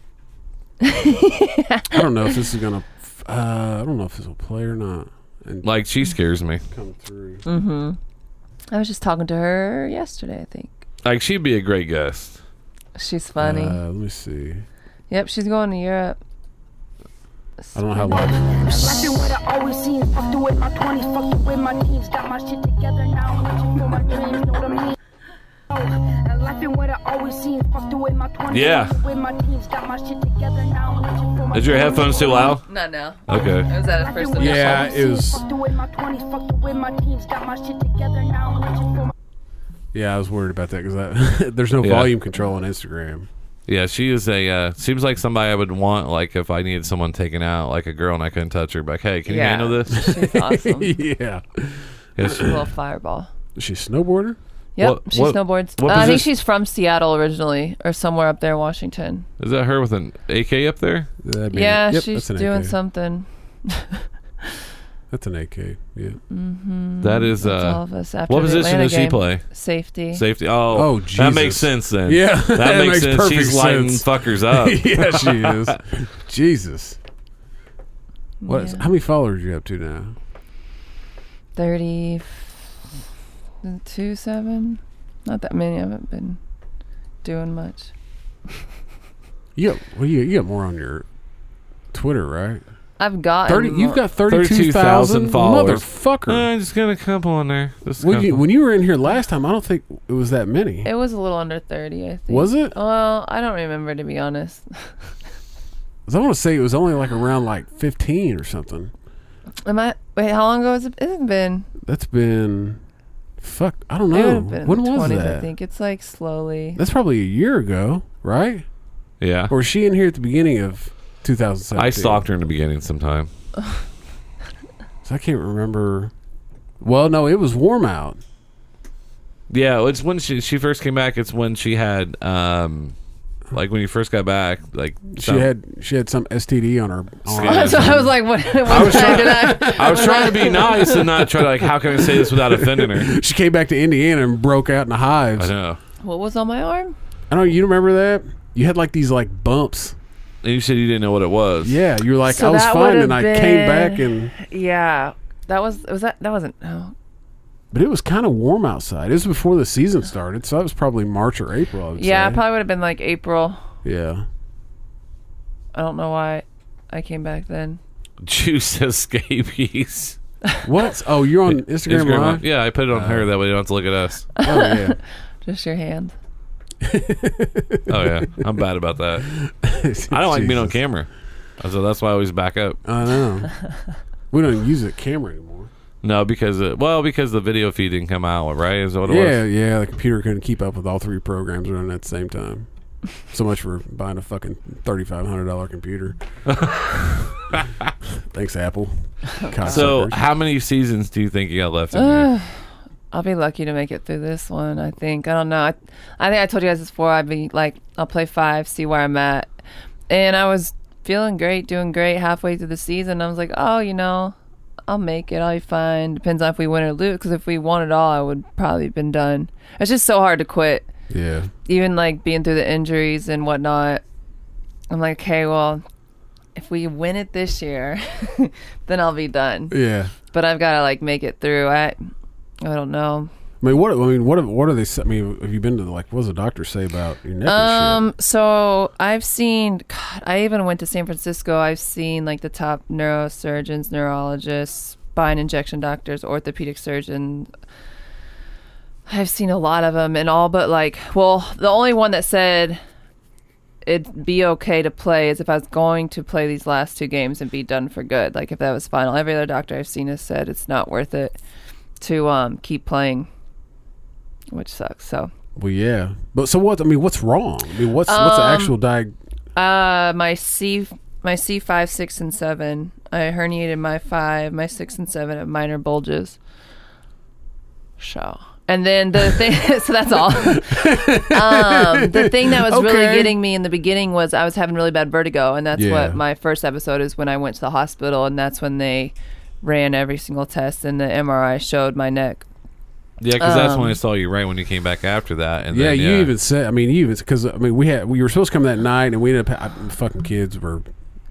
I don't know if this is gonna. f- Uh, I don't know if this will play or not. And
like she scares me.
come through.
Mm-hmm. I was just talking to her yesterday. I think
Like she'd be a great guest.
she's funny.
Uh, let me see.
yep, she's going to Europe.
I don't know how long.
I've been what I always seen. Fucked it with my 20s, fucked it with my teens. Got my shit together now. I'm reaching for my dreams, know what I mean? Oh, I've been what I always seen. Fucked it with my 20s,
Yeah.
fucked it with my teens. Got my shit together now. I'm reaching for my
Is your
dreams,
headphones
know
too
what I mean?
loud?
Not now.
Okay.
Was that a
I've
first?
been what I
Yeah,
always
it
seen,
was-
Fucked it with my 20s, fucked it with my teens. Got my shit together now. I'm reaching for my
Yeah, I was worried about that <laughs> because there's no
Yeah.
volume control on Instagram.
Yeah, she is a. Uh, seems like somebody I would want. Like if I needed someone taken out, like a girl, and I couldn't touch her. Like, hey, can you
Yeah.
handle this?
She's <laughs>
<laughs>
awesome.
yeah.
Yes. <clears throat>
Little fireball.
Is she a snowboarder?
Yep,
What-
she
what-
snowboards.
what
Uh, I think
posi-
she's from Seattle originally, or somewhere up there, in Washington.
Is that her with an AK up there?
That'd be-
yeah,
yep,
she's
that's an
doing
AK.
something.
That's an AK. Yeah.
That is.
That's all
Uh,
of us after
what
the
position
Atlanta
does she
game.
play?
Safety.
Safety. Oh,
Oh,
that
Jesus.
makes sense then.
Yeah, <laughs>
that,
that
makes,
makes
sense.
perfect
She's lighting
sense. <laughs>
fuckers up. <laughs>
yeah, she is. Jesus. What?
Yeah.
How many followers you up to now?
Thirty-two seven. Not that many. I haven't been doing much.
You got, well, you, you got more on your Twitter, right?
I've gotten
Thirty. You've
more-
got
32,000
32,000
followers.
Motherfucker.
Uh, I just got a couple on there. Just a
when, you,
couple.
when you were in here last time, I don't think it was that many.
It was a little under thirty. I think.
Was it?
Well, I don't remember to be honest. <laughs>
'Cause I want to say it was only like around like 15 or something.
Am I? Wait, how long ago has it, it hasn't been?
That's been. Fuck. I don't
It would
know.
have been in
when
the
was
20s,
that?
I think it's
<laughs>
like slowly. <laughs>
That's probably a year ago, right?
yeah.
Or was she in here at the beginning of 2017?
I stalked her in the beginning sometime.
So I can't remember. Well, no, it was warm out.
Yeah, it's when she she first came back. It's when she had um, like when you first got back, like
She
some-
had she had some STD on her. arm.
Yeah.
so I was like, what? what
was
time
trying-
did <laughs> I?
I was trying to be nice and not try to like. How can I say this without offending her?
<laughs> She came back to Indiana and broke out in hives. <laughs> I
I
don't,
know.
What was on my arm?
know. You remember that? You had like these like bumps.
And you said you didn't know what it was.
Yeah, you were like,
So
I was
that
fine,
would've
and I came
been-
back, and
Yeah, that was was that that wasn't. Oh,
but it was kind of warm outside. It was before the season started, so that was probably March or April. I would
yeah,
say.
it probably would have been like April.
yeah.
I don't know why I came back then.
Juice <laughs> has scabies.
What? Oh, you're
<laughs>
on Instagram, Uh,
Instagram
Live?
live. Yeah, I put it on her. That way you don't have to look at us.
Oh yeah.
Just your hand.
Oh yeah, I'm bad
<laughs>
about that. <laughs> I don't like being on camera, so that's why I always back up.
I
<laughs>
know. we don't use a camera anymore.
No, because it, well, because the video feed didn't come out right. Is what it
Yeah,
was.
yeah. The computer couldn't keep up with all three programs running at the same time. So much for buying a fucking thirty-five hundred dollar <laughs> computer. Thanks, Apple.
So,
Cocksuckers.
how many seasons do you think you got left in
Uh,
here?
I'll be lucky to make it through this one. I think. I don't know. I, I think I told you guys this before. I'd be like, I'll play five, see where I'm at. And I was feeling great, doing great halfway through the season. I was like, oh, you know, I'll make it. I'll be fine. Depends on if we win or lose. Because if we won it all, I would probably have been done. It's just so hard to quit,
yeah,
even like being through the injuries and whatnot. I'm like, okay, well, if we win it this year, <laughs> then I'll be done.
yeah.
But I've got to like make it through. I, I don't know.
I mean, what? I mean, what? What are they? s- I mean, have you been to the, like? What does the doctor say about your neck? and
Um, so I've seen, God, I even went to San Francisco. I've seen like the top neurosurgeons, neurologists, spine injection doctors, orthopedic surgeons. I've seen a lot of them and all, but like, well, the only one that said it'd be okay to play is if I was going to play these last two games and be done for good. Like, if that was final. Every other doctor I've seen has said it's not worth it to um, keep playing, which sucks. So.
shit? Well, yeah. But so what? I mean, what's wrong? I mean, what's what's
Um,
the actual diag?
Uh, my C, my C five, six, and seven. I herniated my five, my six, and seven at minor bulges. So, And then
<laughs>
the thing, <laughs> so that's all. um, the thing that was really
Okay.
getting me in the beginning was I was having really bad vertigo, and that's
Yeah.
what my first episode is when I went to the hospital, and that's when they ran every single test, and the MRI showed my neck.
Yeah, because that's
um,
when I saw you right when you came back after that. And
Yeah,
then,
you even said. I mean, you even because I mean, we had we were supposed to come that night, and we ended up I, fucking kids were,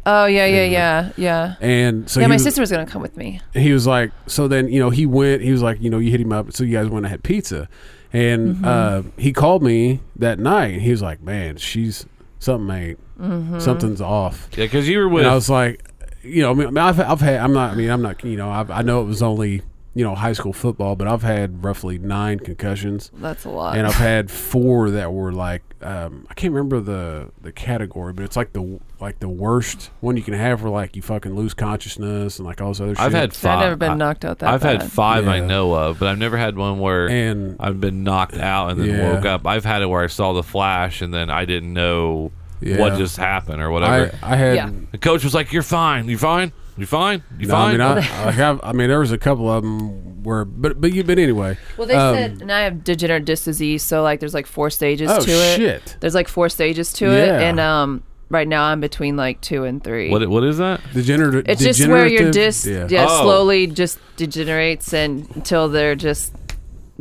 Oh yeah, yeah, yeah, yeah.
and Mm-hmm. so
yeah,
he
my
was,
sister was gonna come with me.
he was like, so then you know he went. He was like, you know, you hit him up. So you guys went and had pizza, and uh, he called me that night. And he was like, man, she's something ain't something's off.
Yeah, because you were with.
And I was like, you know, I mean, I've, I've had, I'm not, I mean, I'm not, you know, I've, I know it was only, you know, high school football, but I've had roughly nine concussions.
That's a lot.
And I've had four that were like, um, I can't remember the, the category, but it's like the like the worst one you can have where like you fucking lose consciousness and like all this other shit.
I've had
<laughs> I've
five.
never been
I-
knocked out that
I've
bad.
had five I
Yeah.
know of, but I've never had one where
And-
I've been knocked out and then
Yeah.
woke up. I've had it where I saw the flash and then I didn't know
Yeah.
what just happened or whatever.
I, I had,
Yeah.
the coach was like, "You're fine. You fine? You fine? You
no, I
fine?"
mean, I, I have, I mean, there was a couple of them where, but, but you, but anyway.
Well, they
um,
said, and I have degenerative disc disease, so like there's like four stages
Oh,
to it.
shit.
There's like four stages to
Yeah.
it, and um, right now I'm between like two and three.
<laughs> what what is that?
degener-
it's just where your disc
disc.
yeah.
Oh.
slowly just degenerates and until they're just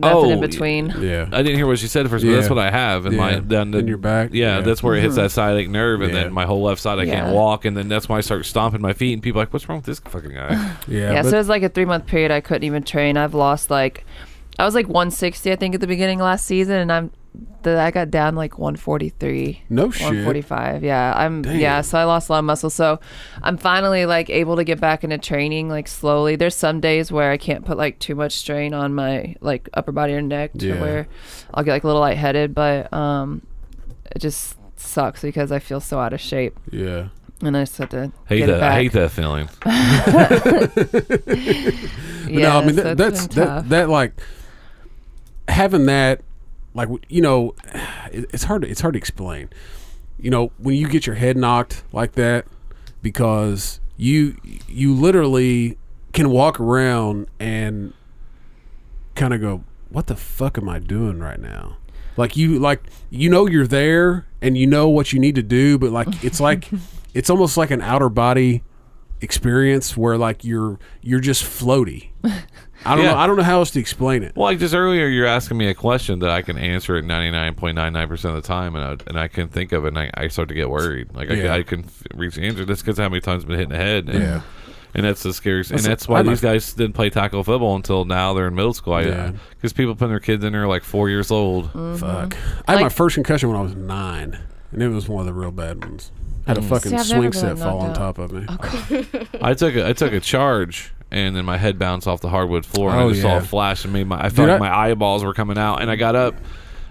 nothing
Oh,
in
y-
between.
yeah.
I didn't hear what she said at first, but
Yeah.
that's what I have in my
Yeah.
down the-
In your back?
Yeah,
Yeah. Mm-hmm.
that's where it hits that sciatic nerve, and
Yeah.
then my whole left side I
Yeah.
can't walk, and then that's why I start stomping my feet, and people are like, "What's wrong with this fucking
<laughs>
guy?"
yeah.
Yeah,
but-
so it was like a three month period I couldn't even train. I've lost like, I was like 160 I think at the beginning of last season, and I'm the, I got down like 143.
No shit.
145. Yeah, I'm yeah. So I lost a lot of muscle. So I'm finally like able to get back into training like slowly. There's some days where I can't put like too much strain on my like upper body or neck to
Yeah.
where I'll get like a little lightheaded, but um, it just sucks because I feel so out of shape,
yeah.
and I just have to
hate
get it
that.
back.
I hate that feeling.
Yeah,
no, I mean
so
that,
it's
that's
been tough.
that, that like having that like you know it- it's hard to, it's hard to explain. You know when you get your head knocked like that because you you literally can walk around and kind of go what the fuck am I doing right now? Like you like you know you're there and you know what you need to do but like it's like
<laughs>
it's almost like an outer body experience where like you're you're just floaty. I don't
<laughs> Yeah.
know. I don't know how else to explain it.
Well, like just earlier, you're asking me a question that I can answer at 99.99 percent of the time, and I, and I can think of it, and I, I start to get worried. Like
Yeah.
I, I can f- reach the answer. That's because how many times I've been hitting the head. And,
Yeah.
And that's the scariest, and
That's-
that's why
I
these
know.
guys didn't play tackle football until now. They're in middle school. Because
Yeah. Mm-hmm.
people putting their kids in there like four years old.
Fuck. I had my
Mm-hmm. Like-
first concussion when I was nine, and it was one of the real bad ones. I
Mm.
had a
See,
fucking
I've never
swing
been
set fall on
knocked out.
top of me.
I took a, I took a charge, and then my head bounced off the hardwood floor, and
Oh,
I just
yeah.
saw a flash, and made my I felt
Dude,
like
I-
my eyeballs were coming out, and I got up,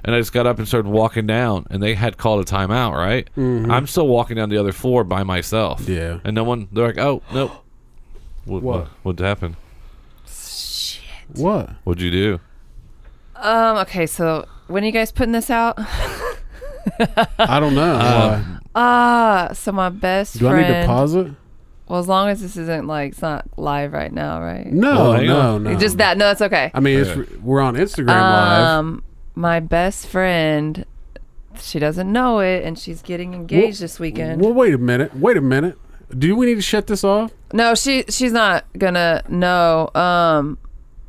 and I just got up and started walking down, and they had called a timeout, right? I'm still walking down the other floor by myself,
Mm-hmm. Yeah.
and no one. They're like, oh
<gasps>
no,
What?
what what, what happened?
What?
What'd you do?
Um. Okay. So when are you guys putting this out?
I don't
<laughs>
know. Uh,
Ah. so my best
do I
friend.
need to pause it?
Well, as long as this isn't like it's not live right now, right?
No,
Well, hang
no,
on.
no.
Just that. No, that's okay.
I mean, it's, we're on Instagram Live.
Um, my best friend, she doesn't know it, and she's getting engaged this weekend.
Well, wait a minute. Wait a minute. Do we need to shut this off?
No, she she's not gonna know. Um,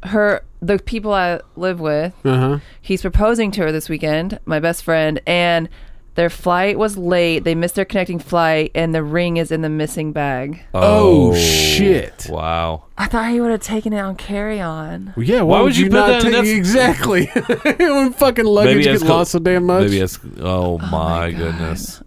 her the people I live with,
Uh huh.
he's proposing to her this weekend. My best friend and. Their flight was late. They missed their connecting flight, and the ring is in the missing bag.
Oh, shit.
Wow.
I thought he would have taken it on carry on.
Well, yeah. Why,
would
would
you
you,
put that
not
in-
take
that's-
<laughs>
<laughs>
exactly? when fucking luggage
it's
get
co-
lost so damn much.
Maybe it's. Oh, my, goodness.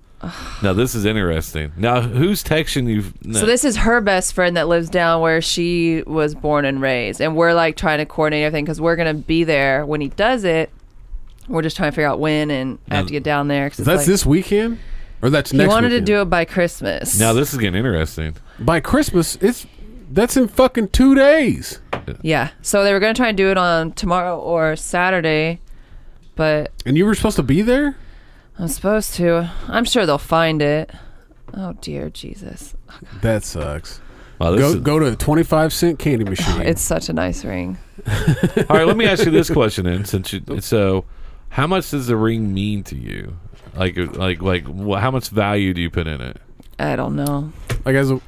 Now this is interesting. Now who's texting you?
So this is her best friend that lives down where she was born and raised, and we're like trying to coordinate everything because we're gonna be there when he does it. We're just trying to figure out when, and I have to get down there because
that's this weekend, or that's
He
next.
wanted
weekend?
to do it by Christmas.
now this is getting interesting.
by Christmas, it's that's in fucking two days.
yeah. So they were gonna try and do it on tomorrow or Saturday, but
And you were supposed to be there?
I'm supposed to. I'm sure they'll find it. Oh dear Jesus.
That sucks.
Wow, this
Go
is-
go to a twenty five cent candy machine.
<sighs> It's such a nice ring.
All right, let me ask you this question then. Since you, so, how much does the ring mean to you? Like, uh, like, like, wh- how much value do you put in it?
I don't know.
like as a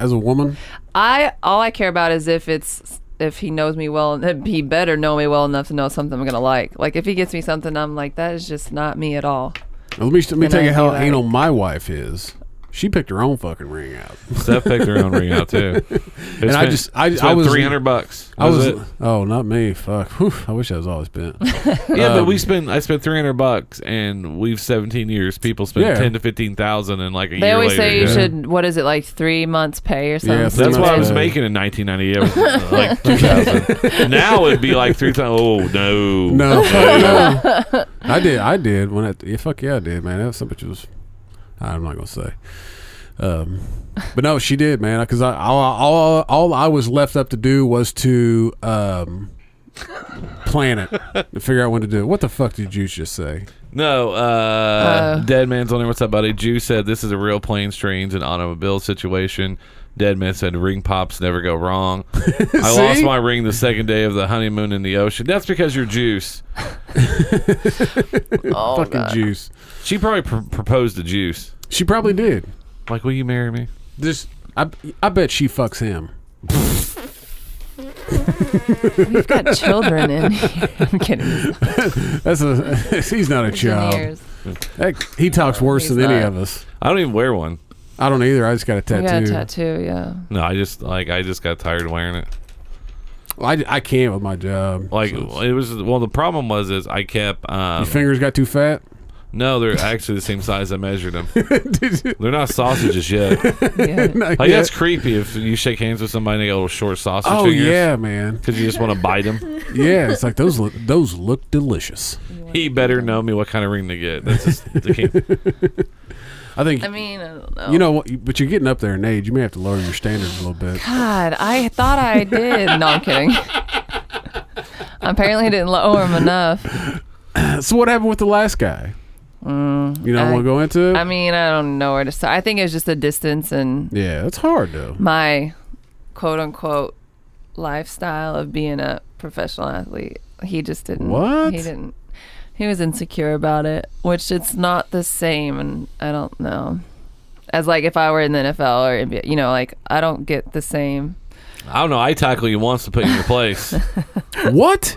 as a woman,
I all I care about is if it's if he knows me well. <laughs> He better know me well enough to know something I'm gonna like. Like if he gets me something, I'm like that is just not me at all.
let me let me
Then
tell you
I'd
how
be like-
anal my wife is. She picked her own fucking ring out.
Steph picked her own ring out <laughs> too, and
I just- I- I was-
three hundred bucks.
I was
it?
oh not me. Fuck. Whew, I wish I was always
<laughs>
bent.
yeah, but we spent I spent three hundred bucks, and we've seventeen years. People spend
Yeah.
ten to fifteen thousand, and like a
They
year
always
later,
say you
yeah.
should. What is it like three months pay or something?
Yeah, three
That's what I
months
was
pay.
making in 1998,
<laughs>
like 2000. now it'd be like three times. Oh no,
No, no.
<laughs>
I did. I did when I. Yeah, fuck yeah, I did, man. That was something was. I'm not gonna say. Um, but no, she did, man. Because I all, all all I was left up to do was to um, plan it to figure out when to do it. What the fuck did you just say?
No, uh, Dead Man's on there. What's up, buddy? Jew said this is a real planes, trains, and automobile situation. Dead Man said ring pops never go wrong. I lost my ring the second day of the honeymoon in the ocean. That's because you're juice.
Oh,
Fucking
God.
juice.
She probably pr- proposed to juice.
She probably did.
Like, will you marry me?
This I I bet she fucks him.
You've got children <laughs> in here. I'm kidding.
That's a <laughs> he's not a child.
Engineers.
Heck, he talks worse
He's
than any
not.
of us.
I don't even wear one.
I don't either. I just got a
You
tattoo.
got a tattoo,
<laughs>
yeah.
No, I just like I just got tired of wearing it.
I, I can't with my job.
Like
So-
it was. Well, the problem was is I kept. Um,
Your fingers got too fat? <laughs>
no, they're actually the same size I measured them.
Did you-
They're not sausages yet.
yeah.
Not
Like
yet?
that's creepy if you shake hands with somebody and they got little short sausage
oh
fingers.
yeah, man.
Because you just want to bite
<laughs>
them.
Yeah, it's like those look, those look delicious.
He better know me what kind of ring to get. That's just
<laughs>
I can't-
I think
I mean, oh. I don't know.
you know, what- but you're getting up there in age. You may have to lower your standards a little bit.
God, I thought I did. No, I'm <laughs> kidding. Apparently, I didn't lower him enough.
So what happened with the last guy? you don't
Mm, I-
want to go into it.
I mean, I don't know where to start. I think it's just the distance and
yeah, it's hard though.
my quote unquote lifestyle of being a professional athlete. He just didn't.
What?
He didn't. He was insecure about it, which it's not the same. And I don't know. As like if I were in the NFL or NBA, you know, like I don't get the same.
I don't know. I tackle you once to put you in your
<laughs>
place.
what?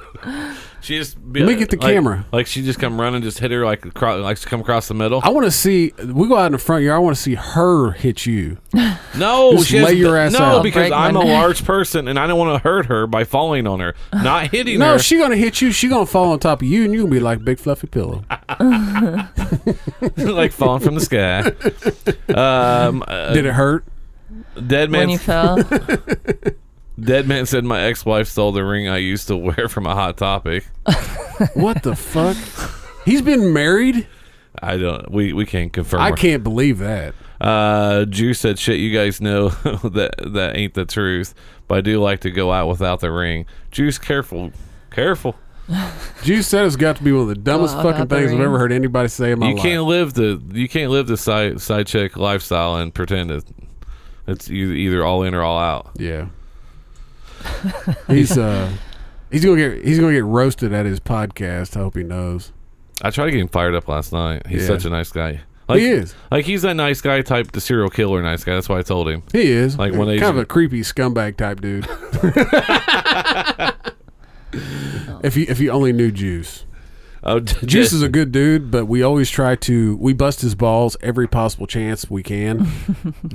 She just be,
Let me get the
like-
camera.
Like she just come running, just hit her like across, like she come across the middle.
I want to see. We go out in the front yard. I want to see her hit you.
No,
Just
she has-
lay your ass
no,
out.
because
Break my
I'm a
neck.
large person and I don't want to hurt her by falling on
<laughs>
her, not hitting
No,
her.
she gonna hit you. She gonna fall on top of you, and you gonna be like big fluffy pillow.
<laughs> Uh, like falling from the sky.
<laughs>
Um, uh,
Did it hurt?
dead
When
man.
you fell,
Dead man said my ex-wife stole the ring I used to wear from a hot topic.
What the fuck? He's been married.
I don't. We we can't confirm.
I
or-
can't believe that.
Uh, Jew said, "Shit, you guys know <laughs> that that ain't the truth, but I do like to go out without the ring." Jew's careful, careful.
Juice said it's got to be one of the dumbest
Well,
fucking
about the
things I've
ring.
ever heard anybody say in my
you
life.
can't live the you can't live the side side chick lifestyle and pretend it, it's e- either all in or all out.
yeah. he's uh he's gonna get he's gonna get roasted at his podcast. I hope he knows.
I tried to get him fired up last night. He's
Yeah.
such a nice guy. Like,
he is.
Like he's that nice guy type, the serial killer nice guy. That's why I told him.
He is.
Like one of
kind
these-
of a creepy scumbag type
<laughs>
dude. if you if you only knew Juice.
Oh, d-
Juice
d-
is a good dude, but we always try to we bust his balls every possible chance we
<laughs>
can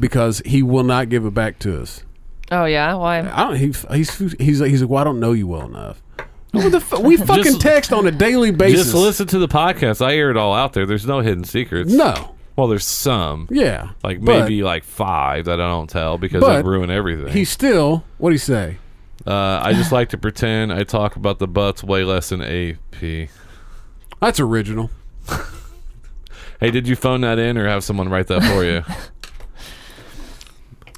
because he will not give it back to us.
oh yeah, why?
I don't. He, he's he's he's like, well, I don't know you well enough. What the
<laughs>
fu- we fucking text on a daily basis.
Just listen to the podcast. I air it all out there. There's no hidden secrets.
No.
Well, there's some.
Yeah.
Like
But
maybe like five that I don't tell because
But
I ruin everything.
He still. What do you say?
uh, I just like to pretend I talk about the butts way less than AP. Hey,
That's original.
did you phone that in or have someone write that
<laughs>
for you?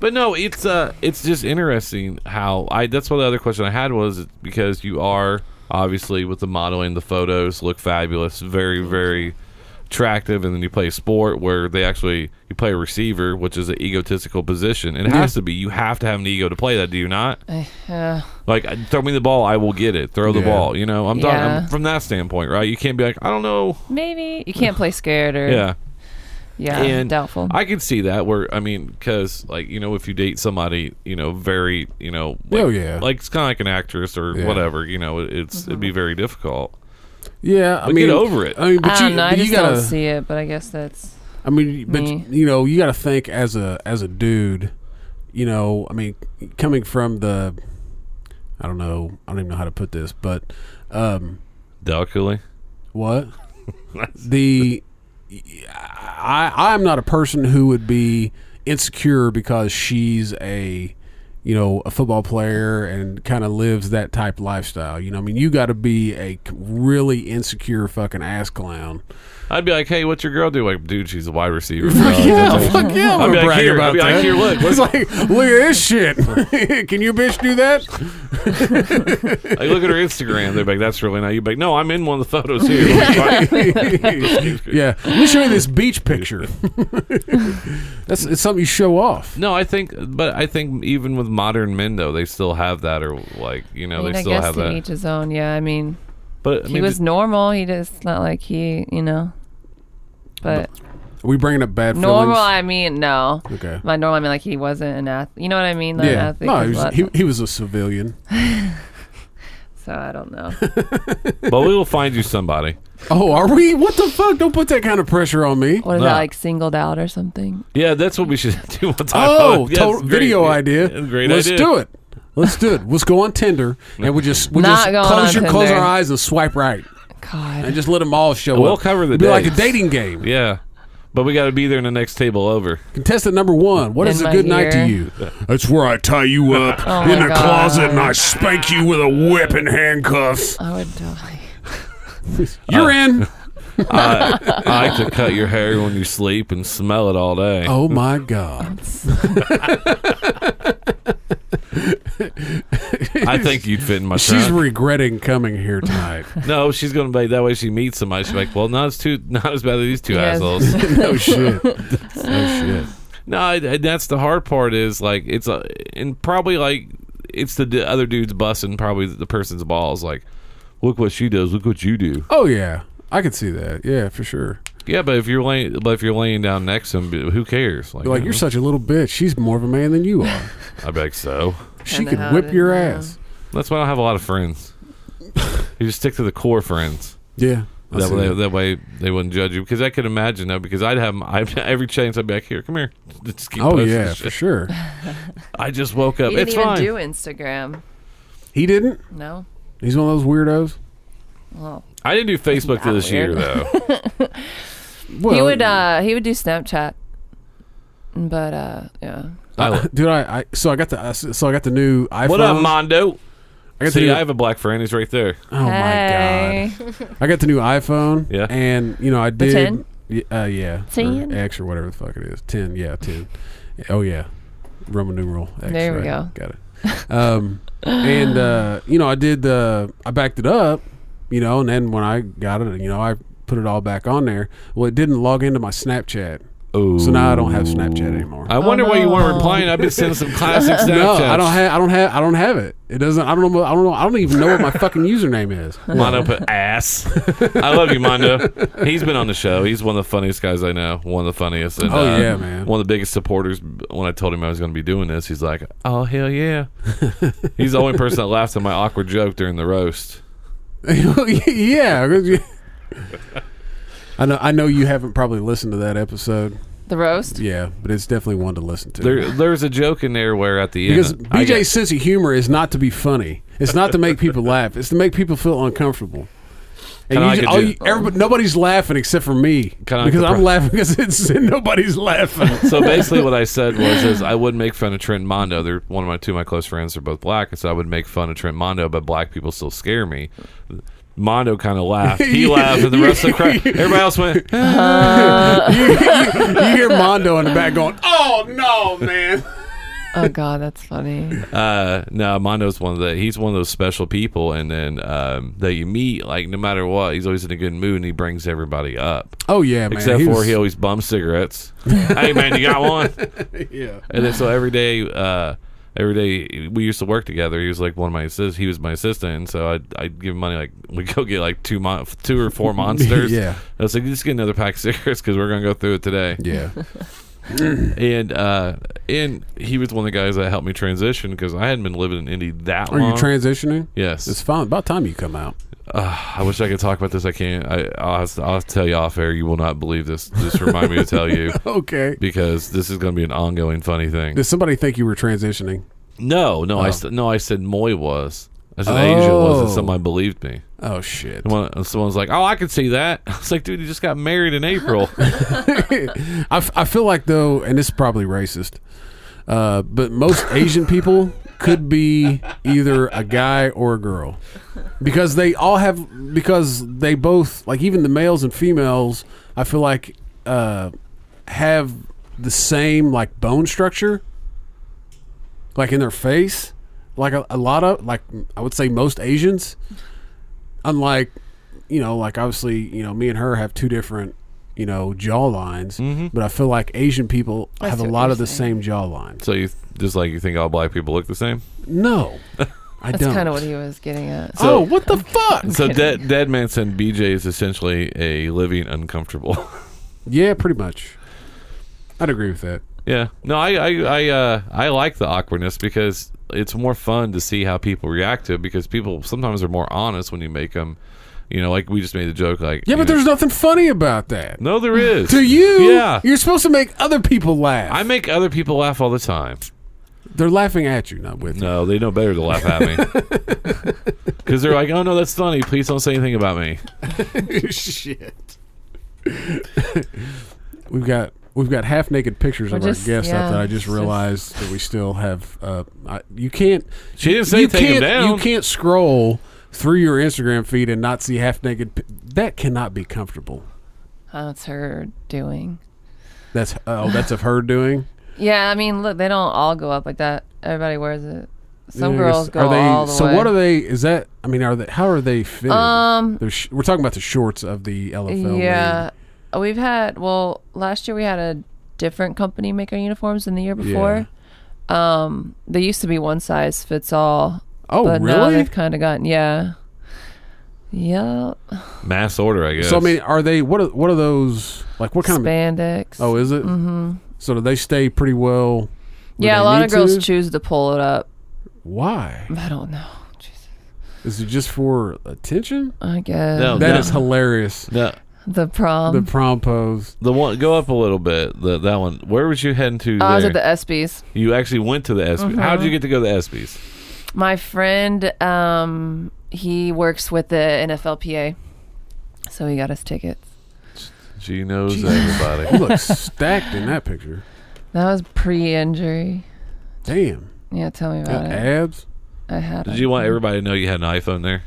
but no, it's uh, it's just interesting how I. That's what the other question I had was because you are obviously with the modeling, the photos look fabulous, very very attractive, and then you play sport where they actually you play a receiver, which is an egotistical position. It has to be. You have to have an ego to play that. Do you not?
Yeah.
Like uh, throw me the ball, I will get it. Throw the
Yeah.
ball. You know, I'm
Yeah.
talking from that standpoint, right? You can't be like, I don't know.
Maybe you can't play scared or
Yeah,
yeah, Uh, doubtful.
I could see that where I mean, because like you know, if you date somebody, you know, very you know, like,
Oh, yeah.
like it's kind of like an actress or
Yeah.
whatever. You know, it, it's it'd
Mm-hmm.
be very difficult.
Yeah, I
But
mean,
get over it.
I mean, but
I
you,
don't know. I
but you
just
gotta.
don't see it, but I guess that's
I mean, but
me.
you know, you gotta think as a as a dude. You know, I mean, coming from the, I don't know, I don't even know how to put this, but, um,
Delicately,
What? the I I'm not a person who would be insecure because she's a you know a football player and kind of lives that type lifestyle. You know, I mean, you got to be a c- really insecure fucking ass clown.
I'd be like, hey, what's your girl do? Like, dude, she's a
<laughs>
wide receiver.
fuck yeah,
I'd be like, here, I'd be like, here, look,
It's like, look at this shit. <laughs> Can you bitch do that? <laughs>
Like, look at her Instagram. They're like, that's really nice. You'd be like, no, I'm in one of the photos here.
<laughs>
Like,
yeah, let me show you this beach picture. <laughs> That's it's something you show off.
no, I think, but I think even with modern men though, they still have that, or like, you know,
I mean,
they
I
still
guess
have
to
that.
each his own. Yeah, I mean,
But I
he
mean,
was
d-
normal. He just not like he, you know. But
Are we bringing up bad
normal,
feelings?
I mean, no.
Okay.
My normal, I mean, like he wasn't an athlete. You know what I mean? Like, an
yeah.
athlete
No,
was
he was,
lots
he,
of-
he was a civilian.
so I
<laughs>
don't know.
<laughs> but we will find you somebody.
Oh, are we? What the fuck? Don't put that kind of pressure on
<laughs>
me.
What is
No.
that like singled out or something?
Yeah, that's what we should <laughs> do one time.
Oh,
Yes,
total
great.
video
Yeah,
idea.
Great
Let's
idea.
do it. Let's do it. Let's go on Tinder and we just we
Not
just
going
close
on
your close our
Tinder.
eyes and swipe right and
God,
just let them all show
We'll
up.
cover the
It'd be like a
days.
dating game.
Yeah. But we got to be there in the next table over.
Contestant number one. What
In
is a
my
good night to
ear.
you?
That's where I tie you up
<laughs> Oh
in
my
a
God.
closet and I spank you with a whip and handcuffs.
I would die.
You're
Uh.
in. <laughs>
I, I like to cut your hair when you sleep and smell it all day.
Oh my
<laughs>
god.
I think you'd fit in my
She's
trunk.
regretting coming here
<laughs>
tonight.
no, she's going to be that way. She meets somebody. She's like, well, not as too, <laughs> not as bad as these two
<laughs>
Yes.
assholes.
no shit. No shit.
No, I- I- that's the hard part. Is like it's a, and probably like it's the d- other dude's busting probably the person's balls. Like, look what she does. Look what you do.
Oh yeah. I could see that. Yeah, for sure.
Yeah, but if you're laying, but if you're laying down next to him, who cares?
Be like, you're such a little bitch. She's more of a man than you
<laughs>
are.
I'd be like, so.
She
Kinda
could
how
whip
it
your
is now.
ass.
That's why I don't have a lot of friends. <laughs> you just stick to the core friends.
Yeah. I
That
see
way,
that.
that way they wouldn't judge you because I could imagine that because I'd <laughs> have I every chance I'd be like here come here <laughs> just keep
Oh
posting
yeah,
this
for
shit.
sure.
I just woke up
He didn't
it's
even
fine
do Instagram.
He didn't.
No.
He's one of those weirdos.
Well,
I didn't do Facebook till
Not
this year
weird. <laughs>
though
Well,
he would. Uh, he would do Snapchat. But uh, yeah.
<laughs>
I,
dude. I, I so I got the I s- so I got the new iPhone.
what up Mondo
I got the
see
new,
I have a black friend he's right there
oh
hey.
my god! I got the new iPhone.
Yeah.
and you know I did.
10?
y- Uh, yeah,
Ten?
or X or whatever the fuck it is. Ten, yeah, ten. Oh yeah, Roman numeral. X,
There we
right.
go.
Got it. Um, and uh, you know I did the I backed it up, you know, and then when I got it, you know I put it all back on there. Well, it didn't log into my Snapchat.
oh
So now I don't have Snapchat anymore.
I wonder why you weren't
no.
replying I've been sending some classic
Oh, <laughs>
Snapchats
No, I don't have. I don't have. I don't have it. It doesn't. I don't know. I don't know. I don't even know what my fucking username
<laughs>
is.
Mondo put ass. I love you, Mondo. He's been on the show. He's one of the funniest guys I know. One of the funniest. And,
Oh,
uh,
yeah, man.
One of the biggest supporters. When I told him I was going to be doing this, he's like, "Oh hell yeah!" he's the only person that laughed at my awkward joke during the roast.
<laughs> yeah. 'cause you- <laughs> I know. I know you haven't probably listened to that episode.
<laughs> The roast.
Yeah, but it's definitely one to listen to.
There, there's a joke in there where at the
because
end, I
BJ's sense of humor is not to be funny. It's not to make
<laughs>
people laugh. It's to make people feel uncomfortable. And
Kinda
you,
like
ju-
a
all
ju-
you- everybody, nobody's laughing except for me
Kinda like
because
the
I'm
pro-
laughing because it's <laughs> nobody's laughing.
got- so basically what I said was, is I would make fun of Trent Mondo. They're one of my two of my close friends. They're both black, and so I would make fun of Trent Mondo, but black people still scare me. Mondo kind of laughed. He laughed, and the rest of the crowd, everybody else went.
you, you- you hear Mondo in the back going, "Oh no, man."
Oh God, that's
<coughs>
funny.
Uh, no, Mondo's one of the he's one of those special people, and then um, that you meet like no matter what, he's always in a good mood and he brings everybody up.
Oh yeah, man.
Except
He
for
was-
he always bums cigarettes. hey man, you got one?
<laughs> yeah. <laughs>
And then so every day, uh, every day we used to work together. He was like one of my assist. He was my assistant, and so I'd, I'd give him money. Like we go get like two mon- two
<laughs>
or four monsters.
Yeah.
I was like, just get another pack of cigarettes because we're gonna go through it today.
Yeah.
And uh, and he was one of the guys that helped me transition because I hadn't been living in Indy that
Are
long.
you transitioning?
Uh-huh. yes,
It's fine. About time you come out.
I wish I could talk about this. I can't. I, I'll, have to- I'll have to tell you off air. You will not believe this. Just remind me to
<laughs>
tell you
Okay.
because this is going to be an ongoing funny thing.
Did somebody think you were transitioning?
No, no, I
Oh.
said no. I said Moy was. I said Asia was, and
Oh.
someone believed me.
Oh shit.
And one- and someone's like, "Oh, I could see that." <laughs> I was like, "Dude, you just got married in
<laughs>
April."
<laughs> I, f- I feel like though, and this is probably racist, uh, but most Asian people could be either a guy or a girl because they all have because they both like even the males and females. I feel like uh, have the same like bone structure, like in their face. Like a, a lot of like I would say most Asians, unlike you know like obviously you know me and her have two different you know jawlines, but I feel like Asian people
That's
have a
what
lot
you're
of the
saying.
same jawlines.
so you just like you think all black people look the same.
No, I
That's
don't.
kind of what he was getting at.
oh, what the fuck?
So dead dead man said BJ is essentially a living uncomfortable. <laughs>
Yeah, pretty much. I'd agree with that.
yeah. No, I I I uh, I like the awkwardness because it's more fun to see how people react to it because people sometimes are more honest when you make them. You know, like we just made the joke, like
Yeah,
you
but
know-
there's nothing funny about that. <laughs>
no, there is
To you,
Yeah,
you're supposed to make other people laugh.
I make other people laugh all the time.
They're laughing at you, not with you.
No, they know better to laugh at me. <laughs> Because they're like, oh, no, that's funny. Please don't say anything about me. <laughs>
Shit. we've got we've got half naked pictures of
We're
our
just-
guests
yeah,
up that I just
it's just-
realized that we still have. Uh, I, you can't.
She didn't say
you
take 'em
can't,
down.
You can't scroll through your Instagram feed and not see half naked. pi- That cannot be comfortable.
Oh, That's her doing.
That's oh, that's of her doing.
Yeah, I mean, look, they don't all go up like that. Everybody wears it. <laughs> Some
Yeah, I guess-
girls go
are they,
all the
so
way.
what are they? Is that? I mean, are they? How are they fitted?
Um,
They're sh- we're talking about the shorts of the LFL. league.
Yeah, we've had. Well, last year we had a different company make our uniforms than the year before. Um, they used to be one size fits all,
Oh,
but now
really?
they've kind of gotten yeah, yeah,
Mass order, I guess.
So I mean, are they? What are what are those? Like what kind
spandex.
of? Oh, is it? Mm-hmm. So do they stay pretty well? where
yeah, a
they
lot
need
of girls
to?
choose to pull it up.
Why?
I don't know. Jesus.
Is it just for attention?
I guess
No,
That
no.
is hilarious.
No,
the prom.
The prom pose.
the one, go up a little bit. The, that one. Where was you heading to?
Oh, I was
there?
at the Mm-hmm. ESPYS.
you actually went to the ESPYs. How did you get to go to the ESPYs?
My friend, um, he works with the NFLPA, so he got us tickets.
She knows
You
<laughs>
everybody.
look stacked in that picture.
That was pre-injury.
Damn.
Yeah, tell me
Got
about it.
abs.
I had.
Did
it.
you want everybody to know you had an iPhone
<laughs>
there?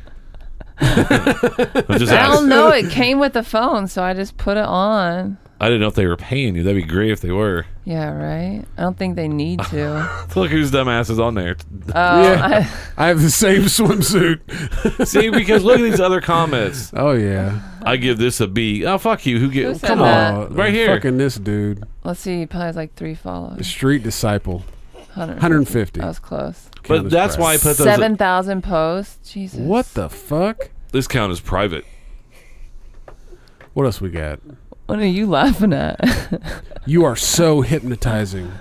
i just
I
asking.
don't know. It came with the phone, so I just put it on.
I didn't know if they were paying you. That'd be great if they were.
Yeah, right. I don't think they need
<laughs>
to.
Look whose dumbass is on there.
Oh,
Yeah.
<laughs>
I have the same <laughs> swimsuit.
See, because look at these other comments.
Oh yeah.
I give this a B. Oh fuck you. Who get?
Who said
come
that?
on.
Uh,
Oh,
right here.
Fucking this dude.
I, let's see. He probably has like three followers.
Street disciple. 150.
I was close.
But that's why I put those.
Seven thousand posts. Jesus.
What the fuck?
This count is private.
What else we got?
What are you laughing at?
You are so hypnotizing.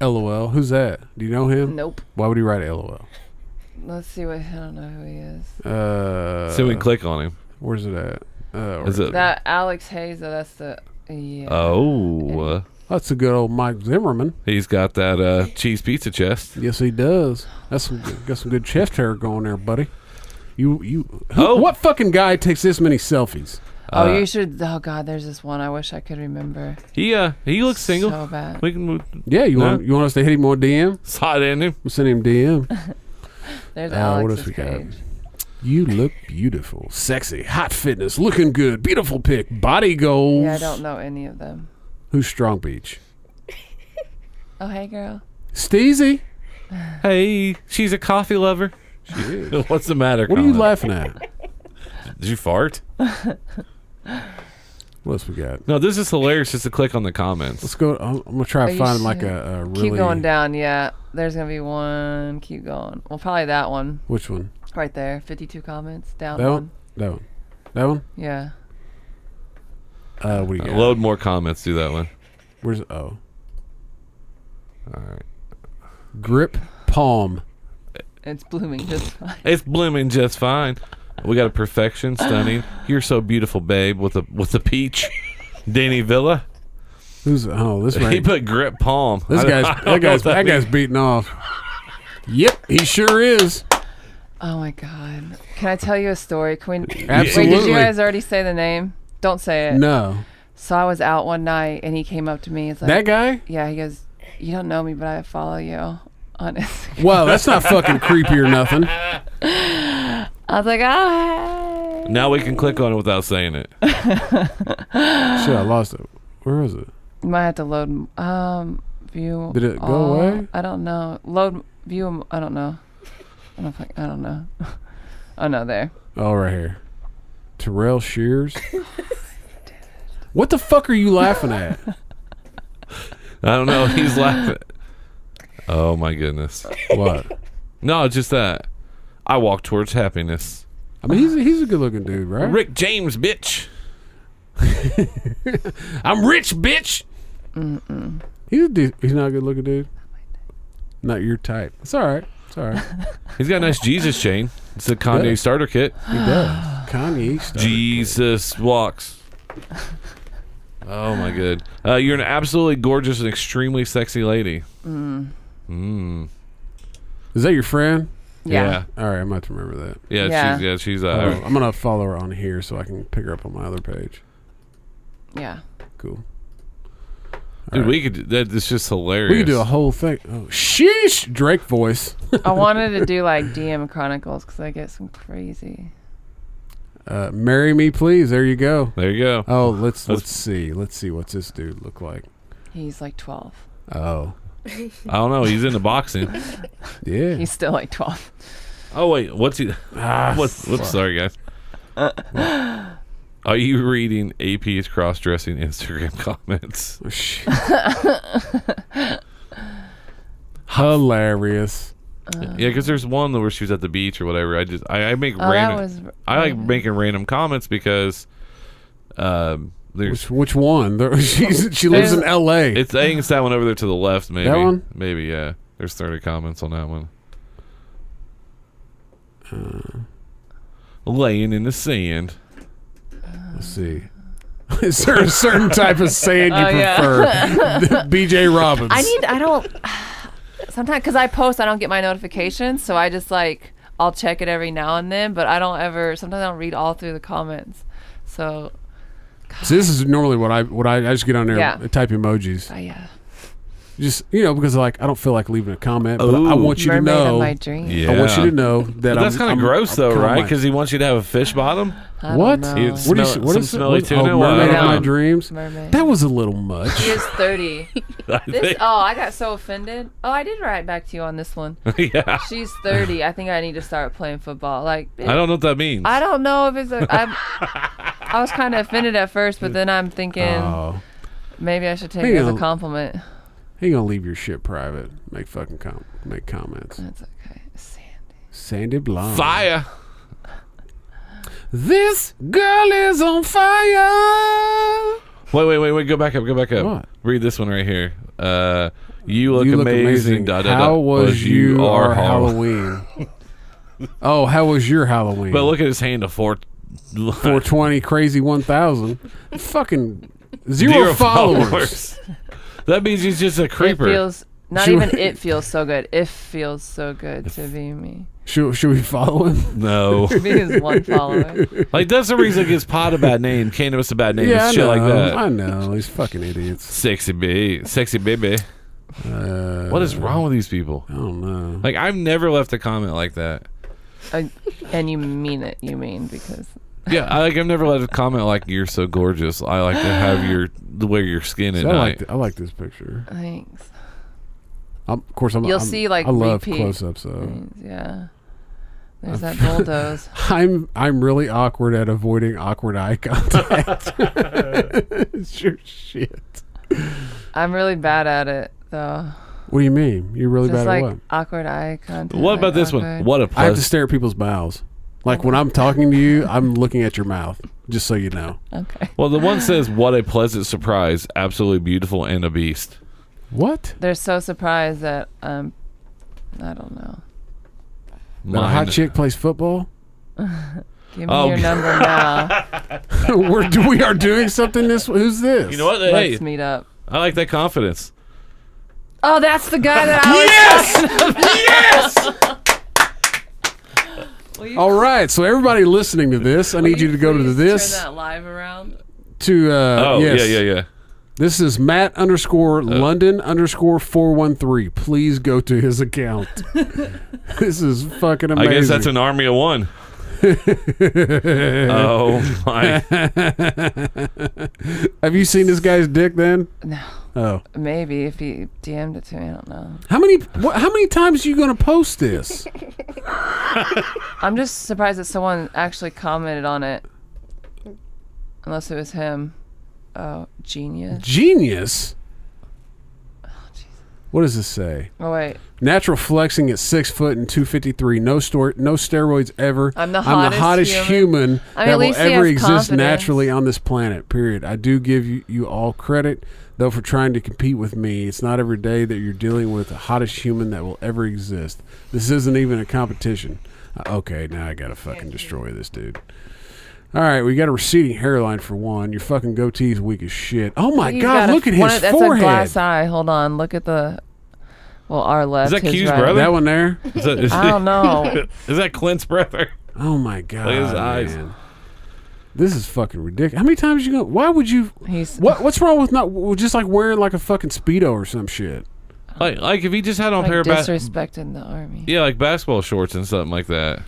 LOL. Who's that? Do you know him?
nope.
Why would he write LOL?
<laughs> Let's see what. I don't know who he is.
Uh,
so we can click on him.
where's it at? Uh,
Is it?
That Alex Hayes. Though, that's the. Yeah.
oh, uh,
that's a good old Mike Zimmerman.
he's got that uh, cheese pizza chest.
Yes, he does. That's some, got some good chest hair going there, buddy. You you. Who,
Oh.
What fucking guy takes this many selfies?
oh, you should. Oh God, there's this one. I wish I could remember.
He uh, he looks single.
So bad.
we can move.
Yeah, you
No.
want you want us to hit him on DM?
It's hot in him.
I'm sending him DM.
There's
Uh, what
Alex's
else we got?
page.
You look beautiful, sexy, hot fitness, looking good, beautiful pick, body goals.
Yeah, I don't know any of them.
Who's Strong Beach?
Oh hey, girl.
Steezy.
Hey, she's a coffee lover.
She is.
What's the matter?
What are you
Colin?
laughing at?
Did you fart?
What else we got?
No, this is hilarious. Just to click on the comments.
Let's go. I'm, I'm gonna try
Are
to
you
find
sure?
like a, a really.
Keep going down. Yeah, there's gonna be one. Keep going. Well, probably that one
Which one?
right there. 52 comments down
That
one.
one. That one. That one.
Yeah.
Uh, what do you got?
Load more comments. Do that one.
Where's oh?
All right.
Grip palm.
It's blooming just fine. <laughs>
It's blooming just fine. We got a perfection,
<sighs>
stunning. You're so beautiful, babe. With a with a peach, Danny Villa.
Who's oh this
He
man?
put grip palm.
This
I-
guy's
I don't know
that guy's
what
that, guy's
means.
beating off. Yep, he sure is.
Oh my god. Can I tell you a
<laughs>
story? Can we?
Absolutely.
Wait, did you guys already say the name? Don't say it.
No,
So I was out one night and he came up to me. It's like,
that guy.
yeah, he goes, you don't know me, but I follow you on <laughs> Instagram.
Wow, that's not fucking creepy or nothing.
I was like, ah.
Now we can click on it without saying it.
Shit, I lost it. Where is it?
You might have to load. 'em. Um, view.
Did it go
all.
away?
I don't know. Load view. 'em- I don't know. I don't. fuck- I don't know. <laughs> oh no, there.
Oh, right here. Terrell Shears. what the fuck are you laughing at?
I don't know.
<laughs>
He's laughing. Oh my goodness.
What?
No, just that. I walk towards happiness.
I mean, he's a, he's a good looking dude, right?
Rick James, bitch. <laughs>
I'm rich, bitch. He's a de- he's not a good looking dude. Not your type. It's all right. It's all right.
He's got a nice Jesus chain. It's a Kanye
Yeah.
starter kit.
He does. Kanye. started.
Jesus walks. Oh my good. Uh, you're an absolutely gorgeous and extremely sexy lady.
Is that your friend?
Yeah.
All right, I'm about to remember that.
Yeah,
Yeah.
she's yeah, she's uh,
I'm- I'm gonna follow her on here so I can pick her up on my other page.
Yeah.
Cool.
dude, we could that it's just hilarious.
We could do a whole thing. Oh, sheesh! Drake voice. <laughs>
I wanted to do like DM Chronicles because I get some crazy.
Uh, marry me, please. There you go.
there you go.
Oh, let's
That's-
let's see. Let's see what's this dude look like.
He's like 12.
Oh,
I don't know, he's into boxing.
<laughs> yeah.
He's still like 12.
Oh wait, what's he
ah,
what's whoops, sorry guys. Are you reading AP's cross dressing Instagram <laughs> comments?
sh- Hilarious.
Yeah, because there's one where she was at the beach or whatever. I just I, I make
Uh. Oh, that
random
was.
I like making random comments because um there's
Which, which one? There, <laughs> she's, she lives in L.A.
It's I think it's that one over there to the left, maybe.
That one?
Maybe, yeah. There's thirty comments on that one.
Uh.
Laying in the sand.
Let's see. <laughs> Is there a certain type of sand you
Oh, yeah.
prefer? <laughs> B.J. Robbins.
I need. I don't. Sometimes because I post, I don't get my notifications, so I just like I'll check it every now and then, but I don't ever. Sometimes I don't read all through the comments. So
So this is normally what I what I, I just get on there
Yeah.
and type emojis.
I, uh,
Just you know because like I don't feel like leaving a comment, but I
Ooh.
want you to
mermaid
know.
of my dream.
I want you to know that
But that's
I'm-
kind
I'm-
of gross,
I'm
though,
kinda
right?
like-
Because he wants you to have a fish bottom. <laughs>
I
What?
Don't know.
It's-
what, do you,
Smell-
what
some
is
smelly
what-
tuna?
Oh,
Well, I
mermaid of
don't
my
know.
dreams.
Mermaid.
That was a little much.
He is thirty.
I
This
think.
<laughs> oh, I got so offended. Oh, I did write back to you on this one.
<laughs> yeah.
She's thirty. I think I need to start playing football. Like
I don't know what that means.
I don't know if it's a. I'm, I was kind of offended at first, but then I'm thinking
Oh,
maybe I should take
Hang
it as a
on.
compliment.
he gonna leave your shit private. Make fucking com- make comments.
That's okay. Sandy.
Sandy Blonde.
Fire.
This girl is on fire.
Wait, wait, wait, wait. Go back up. Go back up.
What?
Read this one right here. Uh, you look
you look
amazing.
amazing.
Da, da, da.
how was
As
you our
Hall-
Halloween? <laughs> oh, how was your Halloween?
But look at his hand. A four. <laughs>
420 crazy 1000 fucking zero, followers.
that means he's just a creeper.
It feels not
She-
even. It feels so good. It feels so good to be me.
Should, should we follow him?
no.
Me is one follower.
Like that's the reason it gives pot a bad name, cannabis a bad name,
yeah,
and
I
shit
know.
like that.
I know. These fucking idiots.
Sexy baby, sexy baby.
Uh,
What is wrong with these people?
I don't know.
Like I've never left a comment like that.
I, Uh, and you mean it. You mean because
Yeah, I, like I've never left a comment like "You're so gorgeous." I like to have your the way your skin at
I like,
night.
th- I like this picture.
thanks.
I'm, of course, I'm,
You'll
I'm-
see, like,
I love
repeat
close-ups. So
Yeah. There's that bulldoze.
I'm I'm really awkward at avoiding awkward eye
<laughs>
contact. <laughs> it's your shit.
I'm really bad at it, though.
What do you mean? You're really bad
Just like
at what?
awkward eye contact.
What about
like
this one?
awkward-
What a
I have to
plus.
stare at people's mouths. Like when I'm talking to you, I'm looking at your mouth. Just so you know.
Okay.
Well, the one says, "What a pleasant surprise! Absolutely beautiful and a beast."
What?
They're so surprised that um, I don't know.
That a hot
Mine-
chick plays football? <laughs>
Give me
Oh,
your
God.
number now.
We're, do- we are doing something this. Who's this?
You know what? <laughs> Hey,
Let's meet up.
I like that confidence.
Oh, that's the guy that I was. yes. Yes.
All right, so everybody listening to this, I need you to go to this
Turn that live around.
to uh,
Oh
yes.
yeah, Uh, yeah, yeah.
This is Matt underscore London underscore four one three. Please go to his account. <laughs> this is fucking
I
amazing.
guess that's an army
<laughs>
of one. oh my!
Have you seen this guy's dick then?
No.
Oh,
Maybe if he DM'd it to me, I don't know.
how many? What, how many times are you going to post this?
I'm just surprised that someone actually commented on it. Unless it was him. Oh, genius.
Genius. What does this say?
Oh, wait.
Natural flexing at six foot and two fifty three. No store, no steroids ever.
I'm the hottest
human,
human. I mean,
that
at
will
least he
ever
has
exist
confidence.
naturally on this planet. Period. I do give you, you all credit though for trying to compete with me. It's not every day that you're dealing with the hottest human that will ever exist. This isn't even a competition. Uh, okay, now I gotta fucking destroy this dude. All right, we got a receding hairline for one. Your fucking goatee's weak as shit. Oh my
He's
god,
got a-
look at
one
his
of- that's
forehead.
a glass eye. Hold on. Look at the. Well, our left.
that
his
Q's
right.
brother?
That one there.
Is that,
<laughs>
is,
I don't know.
<laughs> is that Clint's brother?
Oh my god!
at his eyes.
man. This is fucking ridiculous. How many times you go? Why would you?
He's.
What What's wrong with not well, just like wearing like a fucking speedo or some shit?
Like, like if he just had on a
Like
pair of ba-
disrespecting the army.
yeah, like basketball shorts and something like that.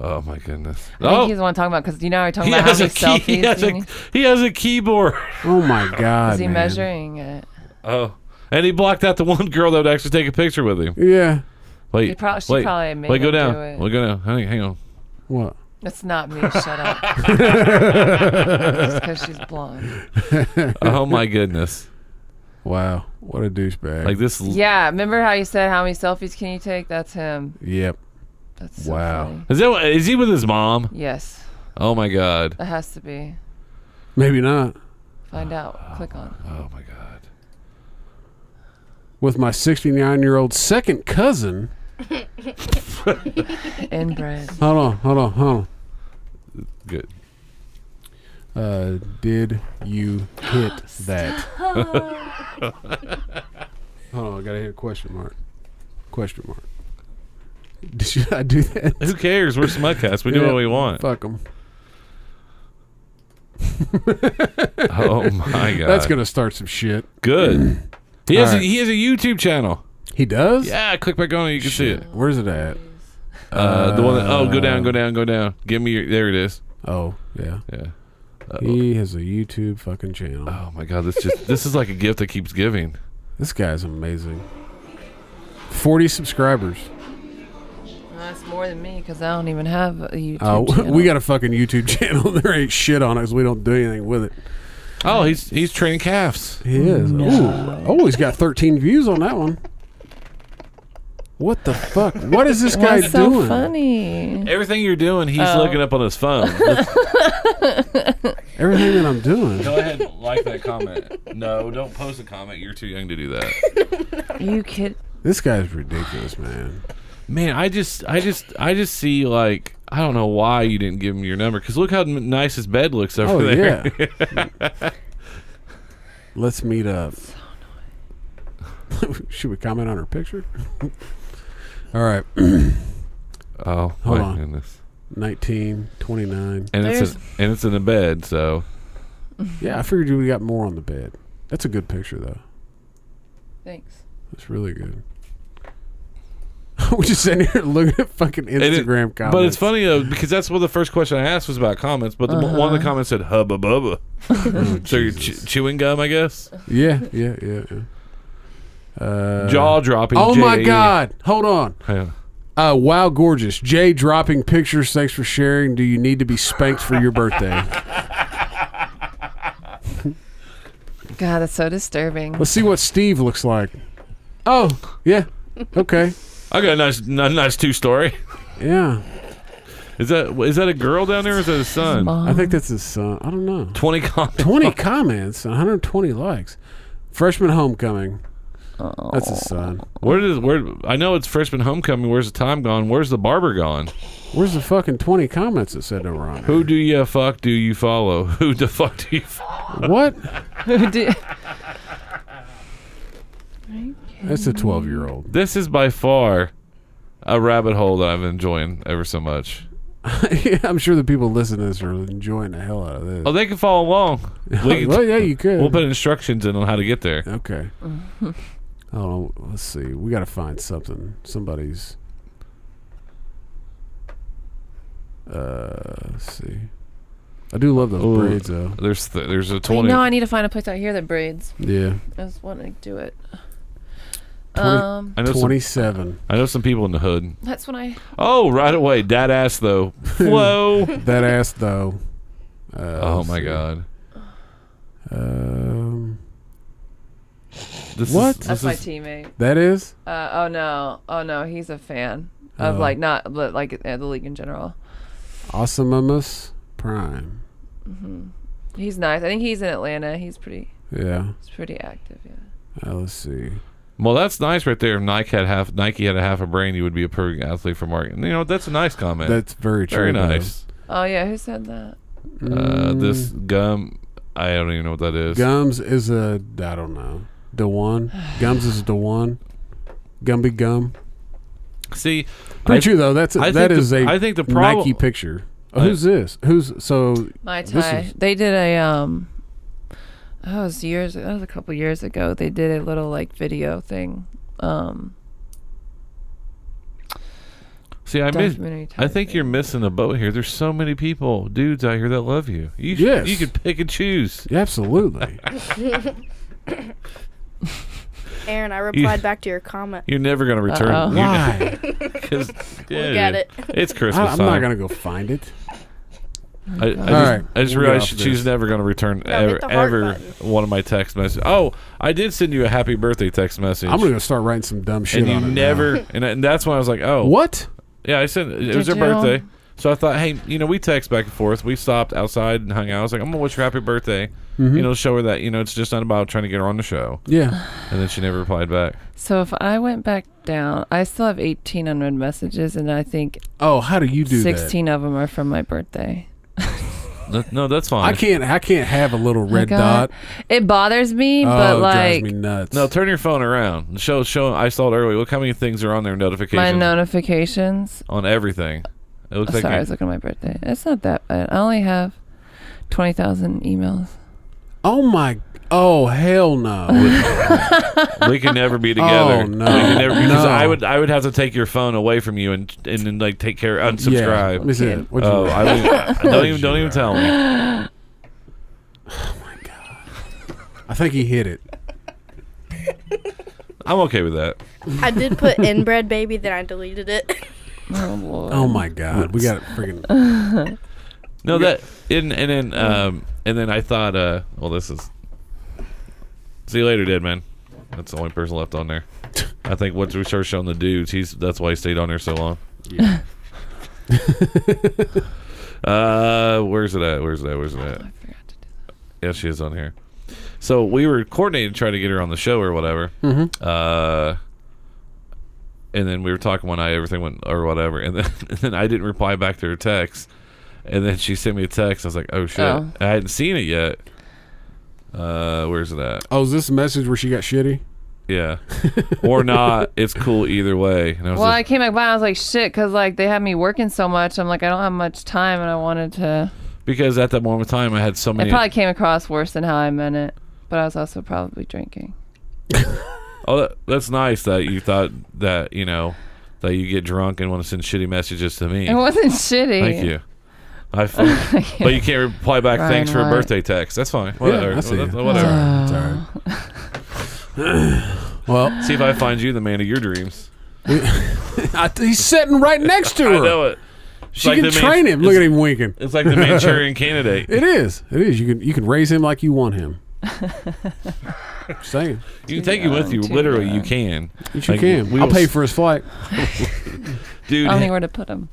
Oh my goodness!
I think
Oh,
he's the one talking about because you know how we're talking
he
about how
has
many
a key.
selfies.
He has
he
a, he has a keyboard.
Oh my god!
<laughs> is he
man.
measuring it?
Oh, and he blocked out the one girl that would actually take a picture with him.
Yeah.
Wait,
He prob- she
wait,
probably made
wait, go
him
down.
do it.
Wait, go down. Hang,
<laughs>
hang on.
What?
That's not me.
<laughs>
Shut up. Just because she's blonde.
Oh my goodness!
Wow! What a douchebag!
Like this. l-
Yeah, remember how you said how many selfies can you take? That's him.
yep.
That's so
Wow.
funny.
Is that? what- Is he with his mom?
Yes,
Oh my god.
that has to be.
Maybe not.
Find out. Click on.
Oh my god.
With my 69 year old second cousin.
Inbred.
Hold on. Hold on. Hold
Good.
on. Uh, did you hit that? hold on. I gotta hit a question mark. Question mark. Did you not do that?
Who cares? We're smutcast. We do
Yeah.
what we want.
Fuck them.
Oh
<laughs>
my god.
That's gonna start some shit.
Good. He has a,
Alright.
he has a YouTube channel.
He does.
Yeah, click back on it. You can see it.
Where's it at?
Uh, the one. That, oh, go down, go down, go down. Give me your. There it is.
Oh yeah.
Yeah.
He has a YouTube fucking channel.
Oh my god. This just this is like a gift that keeps giving.
This guy's amazing. Forty subscribers.
That's more than me because I don't even have a YouTube.
Oh, <laughs>
Uh, <laughs>
channel.
we got a fucking YouTube <laughs> channel. there ain't shit on it 'cause we don't do anything with it.
Oh, he's he's training calves.
He is. Ooh. Oh, he's got 13 views on that one. What the fuck? What is this guy
<laughs> That's so
doing?
funny.
Everything you're doing, he's looking up on his phone.
Everything that I'm doing.
go ahead, like that comment. No, don't post a comment. You're too young to do that.
You kid.
This guy's ridiculous,
<laughs>
man.
Man, I just, I just, I just see like I don't know why you didn't give him your number because look how n- nice his bed looks over
Oh
there.
yeah. Let's meet up. <laughs> Should we comment on her picture? <laughs> All right.
<laughs> Oh
Hold
my
on.
goodness.
19, 29.
And it's
There's-
an, and it's in a bed, so
Yeah, I figured we got more on the bed. That's a good picture though.
Thanks.
That's really good. <laughs> We're just sitting here looking at fucking
And it-
Instagram comments.
But it's funny though because that's one of the first question I asked was about comments. But the, one of the comments said "hubba bubba," so you're che- chewing gum, I guess.
Yeah, yeah, yeah, yeah. Uh,
Jaw dropping.
Oh my God! Hold on.
Yeah.
Uh, wow, gorgeous. Jay dropping pictures. Thanks for sharing. Do you need to be spanked for your
<laughs>
birthday?
God, that's so disturbing.
Let's see what Steve looks like. Oh, yeah. Okay.
I got a nice, nice, nice two story.
Yeah.
Is that is that a girl down there or is that a son?
I think that's his son. I don't know.
Twenty comments. <laughs>
20 comments, 120 likes. Freshman homecoming. That's his son.
Where does where? I know it's freshman homecoming. Where's the time gone? Where's the barber gone?
Where's the fucking 20 comments that said they were on? it?
Who do you fuck? Do you follow? <laughs> Who the fuck do you? Follow?
What?
<laughs> Do-
That's a 12 year old.
This is by far a rabbit hole that I'm enjoying ever so much.
<laughs> yeah, I'm sure the people listening to this are enjoying the hell out of this.
Oh, they can follow
<laughs>
along. We
well, yeah, you could.
will put instructions in on how to get there.
Okay. Oh, let's see. We got to find something. Somebody's. Uh, let's see. I do love those
Ooh.
braids, though.
There's th- there's a
Wait,
twenty.
no, I need to find a place out here that braids.
Yeah.
I just want to do it.
20
Um,
I know some,
27.
I know some people in the hood.
that's when I.
Oh, right away, dad
<laughs>
ass though. Whoa.
That ass, though. Uh,
oh
let's
my
see.
god.
Um,
This
What?
is-
That's
this
my
is-
teammate.
that is?
Uh, oh no, oh no, he's a fan of
Oh.
like not but like uh, the league in general.
Awesomemus Prime.
He's nice. I think he's in Atlanta. He's pretty.
Yeah.
He's pretty active. Yeah.
Uh, let's see.
Well, that's nice right there. If Nike had half Nike had a half a brain, you would be a perfect athlete for marketing. You know, that's a nice comment.
That's very true.
very
though.
nice.
Oh yeah, who said that?
Uh, this
Mm.
gum, I don't even know what that is.
Gums is a I don't know. Dewan. Gums is a Dewan. Gumby gum.
See,
Pretty
I-
true though. That's a,
I
that
think
is a
the- I think the problem-
Nike picture. Oh, who's this? Who's so?
My
This
tie.
is-
they did a um. That was years. That was a couple years ago. They did a little like video thing. Um,
See, I miss,
Documentary
I
type
think
thing.
you're missing a boat here. There's so many people, dudes out here that love you. You should-
Yes.
you could pick and choose.
Yeah,
<laughs>
absolutely.
Aaron, I replied back to your comment.
You're never gonna
<laughs>
return.
Uh-oh.
You're not-
Why?
'cause- yeah,
at it.
<laughs> It's
I,
Christmas
I'm
time.
not gonna go find it.
I, I just,
right,
I just
we'll get
realized
off
she-
this.
she's never going to return
No, hit
ever,
the heart
ever
button.
one of my text messages. Oh, I did send you a happy birthday text message.
I'm gonna go start writing some dumb shit
and you
on it now.
never, and, I- and that's when I was like, oh,
What?
Yeah, I sent. It was her
Did you?
birthday, so I thought, hey, you know, we text back and forth. We stopped outside and hung out. I was like, I'm gonna wish her happy birthday.
Mm-hmm.
You know, show her that you know it's just not about trying to get her on the show.
Yeah.
And then she never replied back.
so if I went back down, I still have eighteen unread messages, and I think
Oh, how do you do that?
sixteen of them are from my birthday.
Th- No, that's fine.
I can't. I can't have a little
My
red
Oh God.
dot.
uh, It bothers me,
Oh,
but
it
like
drives me nuts.
No, turn your phone around. and Show, show. I saw it earlier. Look how many things are on their
my
notifications
notifications.
on everything. It looks like
Oh, Sorry, I
you-
was looking at my birthday. It's not that bad. I only have twenty thousand emails.
oh my. Oh hell
<laughs>
no.
we can
<laughs>
never be
Oh,
together.
no.
we can never, because
No.
I would, I would have to take your phone away from you and and then like take care,
yeah. Let me
unsubscribe.
see.
Okay.
it. What'd you
Oh,
write?
I would, don't even, don't even tell me.
<laughs> I think he hit it.
I'm okay with that.
I did put inbred baby, then I deleted it.
Oh, Lord.
Oh my god. We got it freaking.
No, that and and then um and then I thought uh well this is see you later, dead man. That's the only person left on there. I think once we started showing the dudes, he's that's why he stayed on there so long.
Yeah.
<laughs> Uh, where's it at? Where's it at? Where's it at?
I forgot to do
Yeah, she is on here. So we were coordinating to try to get her on the show or whatever. Mm-hmm. Uh, and then we were talking one night, everything went or whatever, and then <laughs> and then I didn't reply back to her text, and then she sent me a text. I was like, oh shit,
Oh.
I hadn't seen it yet. Uh, where's it at?
Oh, is this a message where she got shitty?
<laughs>
Yeah, or not? It's cool either way. And I was
Well, I
like,
came back by. I was like, shit, because like they had me working so much. I'm like, I don't have much time, and I wanted to.
because at that moment in time, I had so
It
many.
probably came across worse than how I meant it, but I was also probably drinking.
oh, that, that's nice that you thought that you know that you get drunk and want to send shitty messages to me.
It wasn't shitty.
Thank you. I
<laughs>
fu- but you can't reply back.
Ryan
Thanks for a
White.
birthday text. That's fine. Whatever.
I see.
Whatever.
It's all right. <sighs> It's all right. Well,
See if I find you the man of your dreams.
I, he's sitting right next to her.
I know it. It's
She
like
can
the man-
train him. Look
it's-
at him winking.
It's like the Manchurian Candidate.
It is. It is. You can you can raise him like you want him. Just saying.
You can take him with you.
Too
Literally,
bad.
you can.
Yes, you
Like,
can.
we
I'll
will
pay
s-
for his flight.
I
Dude,
don't know where to put him.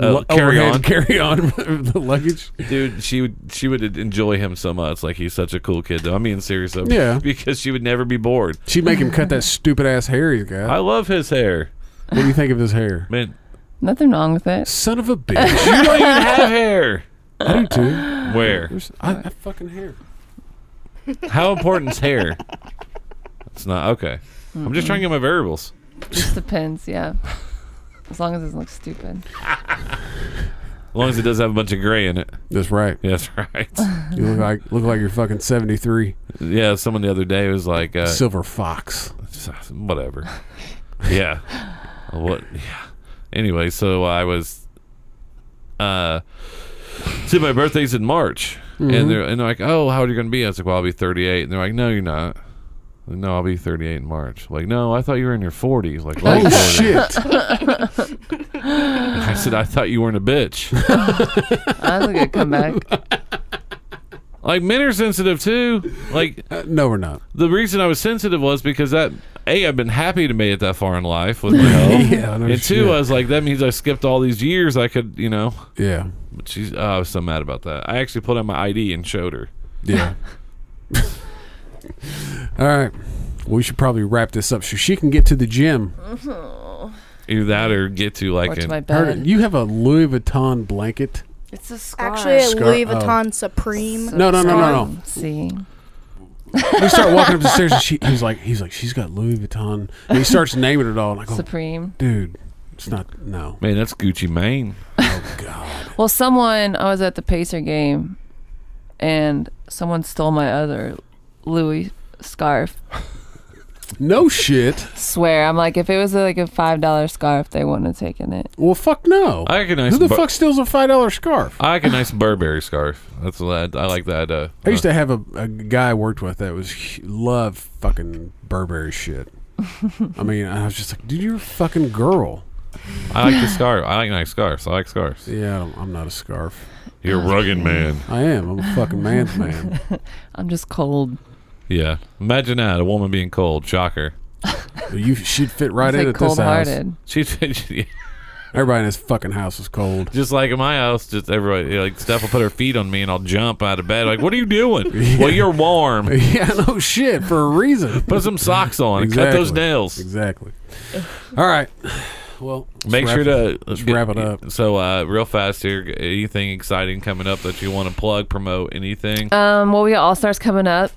uh,
Lu-
carry
overhead <laughs>
on.
Carry on. the luggage.
Dude, she would she would enjoy him so much. Like he's such a cool kid. Though I'm being serious. Though,
Yeah.
<laughs> because she would never be bored.
She'd make him cut that stupid ass hair he's got.
I love his hair.
what do you think of his hair?
Man,
Nothing wrong with it.
Son of a bitch.
<laughs> you don't even have hair.
I do too.
Where?
There's, I, I fucking hair.
How important is hair? It's not okay. I'm just trying to get my variables.
<laughs>
Just depends, yeah. As long as it doesn't look stupid.
As long as it does have a bunch of gray in it. <laughs>
That's right.
Yeah, that's right.
You look like look like you're fucking seventy three.
Yeah, someone the other day was like, uh,
Silver fox.
whatever. yeah. <laughs> What? Yeah. Anyway, so I was. Uh, see, my birthday's in March,
Mm-hmm.
and they're and they're like, "Oh, how old are you going to be?" I was like, "Well, I'll be 38." And they're like, "No, you're not." Like, no, I'll be 38 in March. Like, no, I thought you were in your 40s. Like, low
Oh
40s."
shit. <laughs>
I said, I thought you weren't
<laughs>
a bitch.
That's a good comeback.
like, men are sensitive too. Like,
Uh, No, we're not.
the reason I was sensitive was because that a I've been happy to make it that far in life with my health,
Yeah, <laughs> no
and two
shit.
I was like that means I skipped all these years I could you know.
Yeah.
But she's oh, I was so mad about that. I actually pulled out my ID and showed her.
<laughs> Yeah. All right. We should probably wrap this up so she can get to the gym.
Either that or get to like
Or to
an,
my
Heard it.
bed.
You have a Louis Vuitton blanket.
It's a scar.
Actually, a
Scar-
Louis
oh.
Vuitton Supreme.
No, no, no, no, no.
See,
We start walking up the stairs, and she, he's like, he's like, she's got Louis Vuitton. And he starts naming it all, and I go,
Supreme.
dude, it's not. No,
man. That's Gucci Mane.
oh god,
Well, someone I was at the Pacer game, and someone stole my other Louis scarf.
no shit.
Swear, I'm like, if it was like a five dollar scarf, they wouldn't have taken it.
Well, fuck no.
I like a nice.
Who the
Bur-
fuck steals a five dollar scarf?
I like a nice Burberry scarf. That's what I, I like that. Uh,
I used to have a, a guy I worked with that was hu- loved fucking Burberry
<laughs>
shit. I mean, I was just like, dude, you're a fucking girl.
I like the scarf. I like nice scarves. I like scarves.
Yeah, I'm- I'm not a scarf.
You're a rugged man.
I am. I'm a
<laughs>
fucking man's man.
I'm just cold.
Yeah. Imagine that a woman being cold. Shocker.
You she'd fit right in
It's like
at this
cold
house.
hearted.
She, <laughs>
Everybody in this fucking house was cold. <laughs>
Just like in my house, just everybody you know, like Steph will put her feet on me and I'll jump out of bed. Like, what are
<laughs>
you doing? Well, you're warm.
Yeah, no shit for a reason.
<laughs>
Put some socks on and cut those nails.
Exactly. All right. Well, let's
Make
wrap
sure
it-
to
let's wrap it up.
So, uh, real fast here. g- Anything exciting coming up that you want to plug, promote, anything?
Um, well, we got All Stars coming up.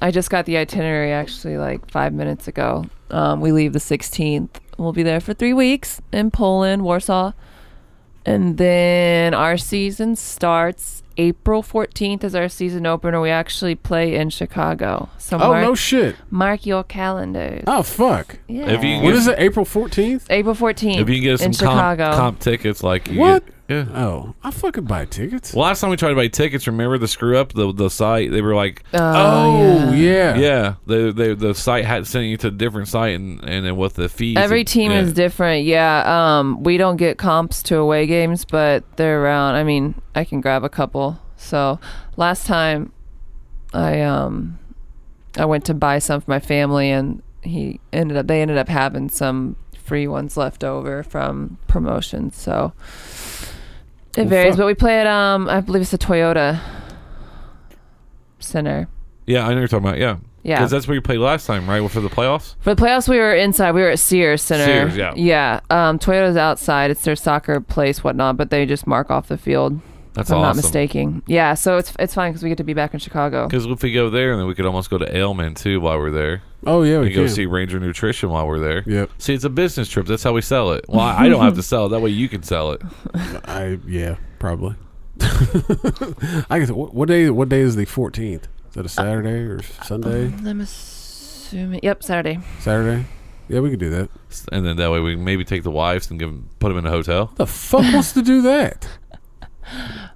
I just got the itinerary actually like five minutes ago. Um, we leave the 16th. We'll be there for three weeks in Poland, Warsaw. And then our season starts April 14th is our season opener. We actually play in Chicago. So
Oh
mark,
no shit.
mark your calendars.
Oh fuck.
yeah.
If you
What is it? April fourteenth.
April 14th
if you can get us
in
some comp,
Chicago.
comp tickets, like you
What?
get- yeah.
Oh, I fucking buy tickets.
Well, last time we tried to buy tickets, remember the screw up the the site? They were like,
Uh,
Oh yeah.
yeah, they, they the site had sent you to a different site, and and then with the fees,
Every
it-
team
yeah.
is different. Yeah. Um, we don't get comps to away games, but they're around. I mean, I can grab a couple. So last time I um I went to buy some for my family and he ended up they ended up having some free ones left over from promotions. So it
Well,
varies,
fuck.
but we play at um I believe it's the Toyota Center.
Yeah, I know you're talking about. Yeah,
Yeah.
because that's where you played last time, right? For the playoffs.
For the playoffs, we were inside. We were at Sears Center.
Sears, yeah.
Yeah. Um, Toyota's outside. It's their soccer place, whatnot, but they just mark off the field.
That's
if I'm
awesome.
not mistaken. Yeah. So it's it's fine because we get to be back in Chicago.
Because if we go there, then we could almost go to Ailman too while we're there.
Oh yeah. We
We go
can.
see Ranger Nutrition while we're there.
Yep.
See, it's a business trip. That's how we sell it. Well, I I don't
<laughs>
have to sell it. That way you can sell it.
I yeah probably. <laughs> I guess what, what day? What day is the fourteenth? Is that a Saturday or Sunday?
I'm assuming. Yep. Saturday.
Saturday? Yeah, we could do that.
And then that way we can maybe take the wives and give 'em- put them in a hotel.
The fuck wants to do that?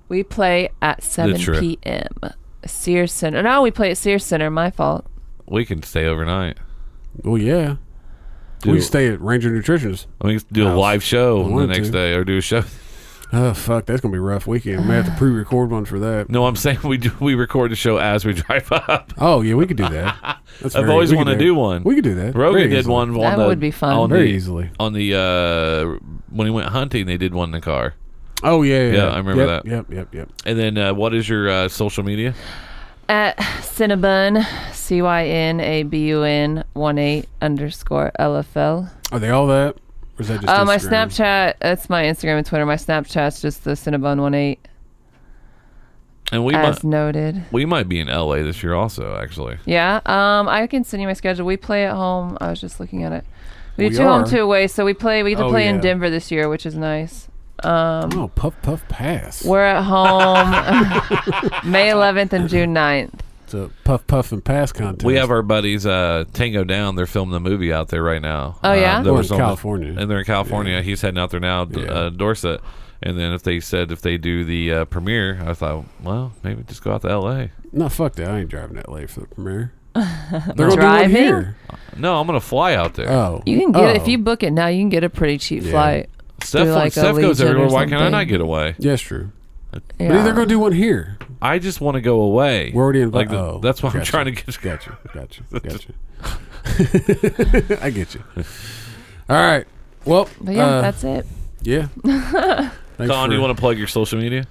We play at 7
trip.
p.m. Sears Center. No, we play at Sears Center. My fault.
We can stay overnight.
Well, yeah.
Do,
We could stay at Ranger Nutritionist.
I mean, do a
No.
live show the
wanted
next
to.
day or do a show. <laughs>
Oh fuck, that's gonna be a rough weekend. We may have to pre-record one for that.
No, I'm saying we do, we record the show as we <laughs> drive up.
Oh yeah, we could do
<laughs>
that. That's
I've
very-
always
we could
wanted to
that.
do one.
We could do that. Very
Rogan did
easily.
one. On
That
the,
would be fun.
on
very
the-
easily.
on the uh, when he went hunting, they did one in the car.
Oh yeah, yeah,
Yeah, I remember
Yep,
that.
Yep, yep, yep.
And then, uh, what is your uh, social media?
At Cinnabon, C Y N A B U N 1 8 underscore LFL.
Are they all that? Or is that just
Uh, my
Instagram?
Snapchat, that's my Instagram and Twitter. My Snapchat's just the Cinnabon 1 8,
And we might,
as noted.
we might be in LA this year, also. Actually,
Yeah, um, I can send you my schedule. We play at home. I was just looking at it. We,
We
do two
are.
home, two away. So we play. We get to
Oh,
play
yeah.
in Denver this year, which is nice.
Oh, puff puff pass.
We're at home
<laughs>
May 11th and June 9th.
It's a puff puff and pass contest.
we have our buddies uh, Tango Down. They're filming the movie out there right now.
Oh, yeah?
that
Or
was
in
on the-
California.
and they're in California. He's heading out there now, d
Yeah.
uh, Dorset. And then if they said if they do the uh, premiere, I thought, well, maybe just go out to LA.
no fuck that. I ain't driving that late for the
<laughs>
premiere. They're gonna
Driving?
do it here.
No, I'm gonna fly out there.
Oh,
You can get it
Oh.
if you book it now. You can get a pretty cheap
Yeah.
flight.
Steph,
do like a
Steph goes
Legion or
everywhere. Why can't I
something.
not get away?
Yeah, it's true.
Yeah.
But either gonna do one here.
I just want to go away.
We're already
like
invited.
the,
oh,
that's what I'm
gotcha,
trying to get.
Gotcha, gotcha,
<laughs>
<laughs> gotcha. I get you. All right. Well,
But yeah,
uh,
that's it. <laughs>
yeah. Thanks
Don,
for-
you want to plug your social media?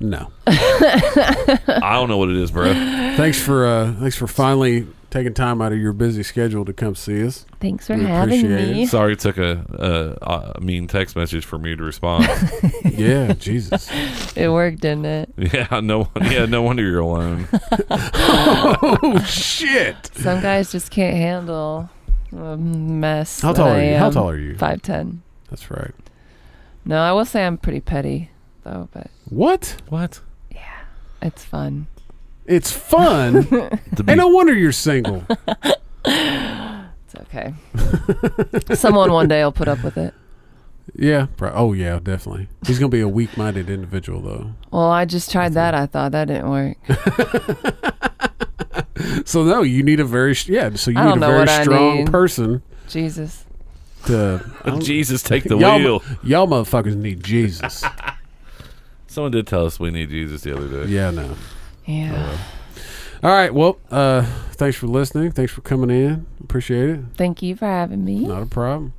No.
I don't know what it is, bro.
thanks for uh, thanks for finally taking time out of your busy schedule to come see
<laughs>
us.
Thanks for
we
having
appreciate
me.
it.
Sorry, it took a, a, a mean text message for me to respond.
<laughs> Yeah, Jesus.
<laughs>
It worked, didn't it?
yeah, no, yeah, no wonder you're alone.
oh shit.
Some guys just can't handle a mess.
How tall
that
are
I
you? How
am.
tall are you?
5'10.
That's right.
No, I will say I'm pretty petty, though, but
<laughs> What?
What?
it's fun.
It's
<laughs>
fun.
To be,
and no wonder you're single.
It's
<laughs>
okay. Someone one day will put up with it.
Yeah. Pro- oh yeah, definitely. He's gonna be a weak-minded individual though.
Well, I just tried that. I thought that didn't work.
So no, you need a very sh- yeah. So you
I
need a
don't know
very
what I
strong
need.
person
Jesus.
to. I don't-
<laughs> Jesus, take the
y'all,
wheel.
Y'all motherfuckers need
<laughs>
Jesus.
Someone did tell us we need Jesus the other day.
yeah, no. Uh,
Yeah.
All right. Well, uh, thanks for listening. Thanks for coming in. Appreciate it.
Thank you for having me.
Not a problem.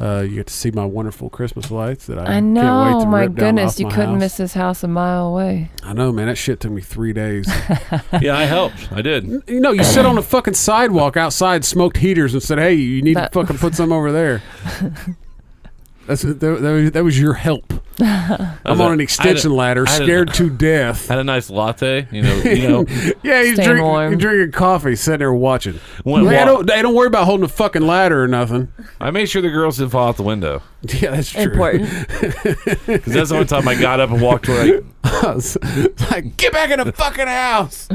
Uh, you get to see my wonderful Christmas lights that I,
I
Can't wait
know.
to
My
rip down
goodness,
off
you
my
couldn't
house.
miss this house a mile away.
I know, man. That shit took me three days.
<laughs> yeah, I helped. I did.
you know, you sit on a fucking sidewalk outside, smoked heaters, and said, "Hey, you need
That-
to fucking put some over
<laughs>
there." That's that, that, that was your help. I'm on an extension
I had a-
ladder,
I had a-
scared
<laughs>
to death.
Had a nice latte, you know.
<laughs>
You know,
yeah, you
Staying
drink,
warm.
you drinking coffee, sitting there watching.
Went
They
wa-
don't, they don't worry about holding a fucking ladder or nothing. <laughs>
I made sure the girls didn't fall out the window
Yeah, that's true.
Important.
<laughs>
because that's the only time I got up and walked away.
It's <laughs> like, get back in the fucking house.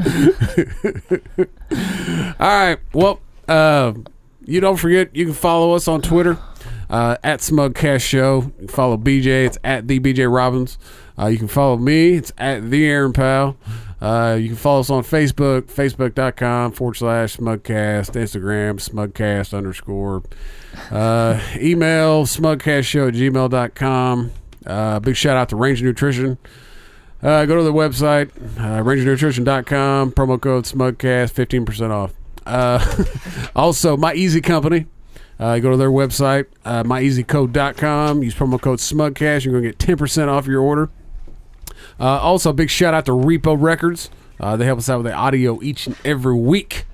<laughs> All right. Well, uh, you don't forget, you can follow us on Twitter uh, at Smugcast Show. You can follow BJ. It's at the BJ Robbins. Uh, you can follow me. It's at the Aaron Powell. Uh, you can follow us on Facebook, facebook.com forward slash smugcast, Instagram, smugcast underscore, uh, email, smugcastshow at gmail.com. Uh, big shout out to Ranger Nutrition. Uh, go to the website, uh, rangernutrition.com, promo code SMUGCAST, 15% off. Uh, <laughs> also, My Easy Company. Uh, go to their website, uh, myeasycode.com. Use promo code SMUGCAST. You're going to get 10% off your order. Uh, also, big shout out to Repo Records. Uh, they help us out with the audio each and every week.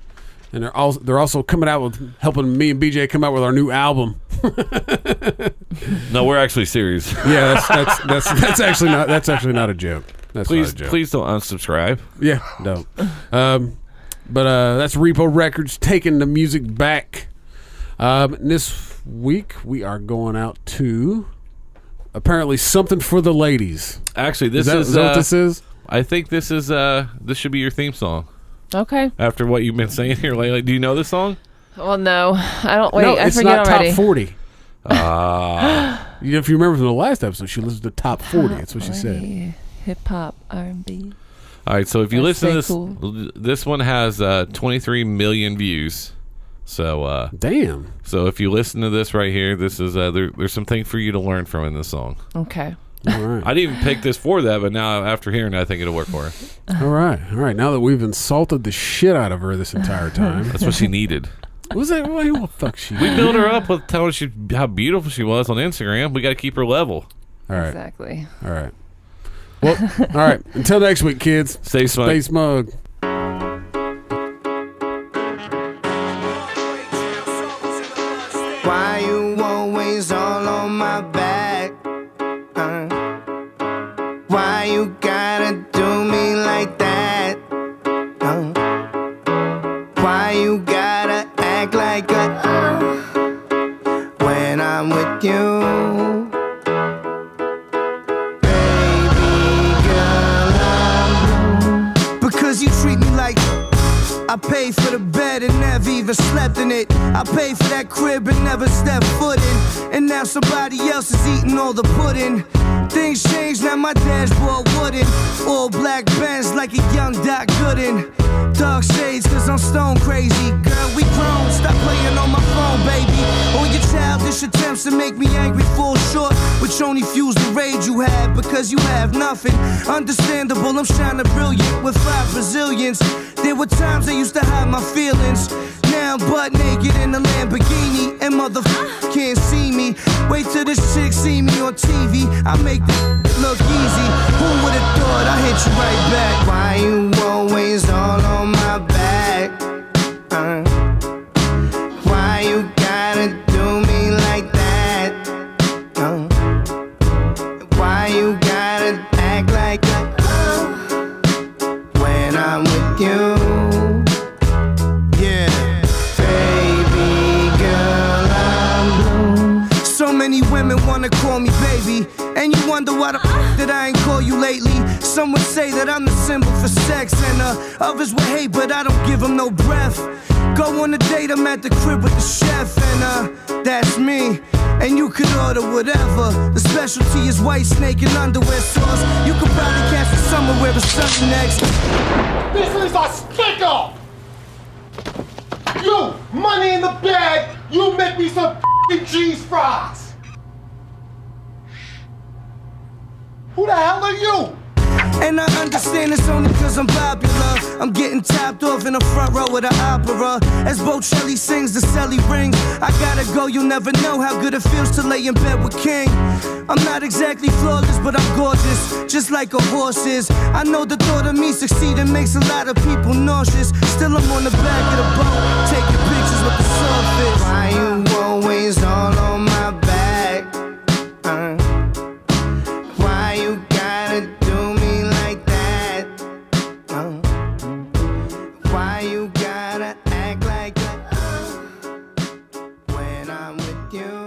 And they're also, they're also coming out with helping me and BJ come out with our new album.
No, we're actually serious.
<laughs> Yeah, that's that's <laughs> that's, that's actually not that's actually not a joke. That's
Please,
not a joke.
please don't unsubscribe.
Yeah, no. um, but uh, that's Repo Records taking the music back. Um, and this week we are going out to apparently something for the ladies.
Actually,
Is
this
that,
is.
is that
uh,
what this is?
I think this is. Uh, this should be your theme song.
Okay.
After what you've been saying here lately, do you know this song?
Well, no, I don't. Wait,
no,
I
it's
forget
not
already.
top forty.
Ah.
<gasps> You know, if you remember from the last episode, she listens to top forty. That's what she said.
Hip hop, R and B.
All right, so if you
That's
listen to this,
so
this one has uh, 23 million views So uh,
Damn.
so if you listen to this right here, this is uh, there, there's something for you to learn from in this song.
Okay.
All right.
I didn't even pick this for that, but now after hearing, it, I think it'll work for her.
All right. All right. Now that we've insulted the shit out of her this entire
<laughs>
time,
That's what she needed.
was that what the fuck she?
We built her up with telling her she how beautiful she was on Instagram. We got to keep her level.
All right.
Exactly.
All right. Well, all right. Until next week, kids.
Stay smart.
Space mug.
Why you always all on my back? Uh, why you gotta do me like that? Uh, why you gotta act like a when I'm with you? Baby girl, I'm blue. Because you treat me like I paid for the bed and never even slept in it. I paid for that crib and never stepped foot in. And now somebody else is eating all the pudding. Things change, now my dashboard wooden. All black bands like a young Doc Gooden. Dark shades, cause I'm stone crazy. Girl, we grown, stop playing on my phone, baby. All your childish attempts to make me angry fall short, which only fuels the rage you have because you have nothing. Understandable, I'm shining brilliant with five Brazilians. There were times I used to hide my feelings. Now I'm butt naked in a Lamborghini, and motherfuckers can't see me. Wait till this chick see me on TV. I make this look easy. Who would've thought I hit you right back? Why you always all on my back? Uh, why you gotta do me like that? Uh, why you gotta act like a when I'm with you. Yeah, baby girl, I'm blue. So many women wanna call me baby, and you wonder why the f- that I ain't call you lately. Some would say that I'm the symbol for sex, and uh, others would hate, but I don't give them no breath. Go on a date, I'm at the crib with the chef, and uh, that's me. And you could order whatever. The specialty is white snake and underwear sauce. You could probably catch me somewhere with something next.
This is a stick up! You, money in the bag, you make me some f***ing cheese fries! Who the hell are you?
And I understand it's only cause I'm popular. I'm getting topped off in the front row of the opera. As Bocelli sings, the celly rings. I gotta go, you'll never know how good it feels to lay in bed with King. I'm not exactly flawless, but I'm gorgeous, just like a horse is. I know the thought of me succeeding makes a lot of people nauseous. Still, I'm on the back of the boat, taking pictures with the surface. Why you always all on my back? Uh. Why you gotta do me like that? Uh, why you gotta act like a uh, when I'm with you?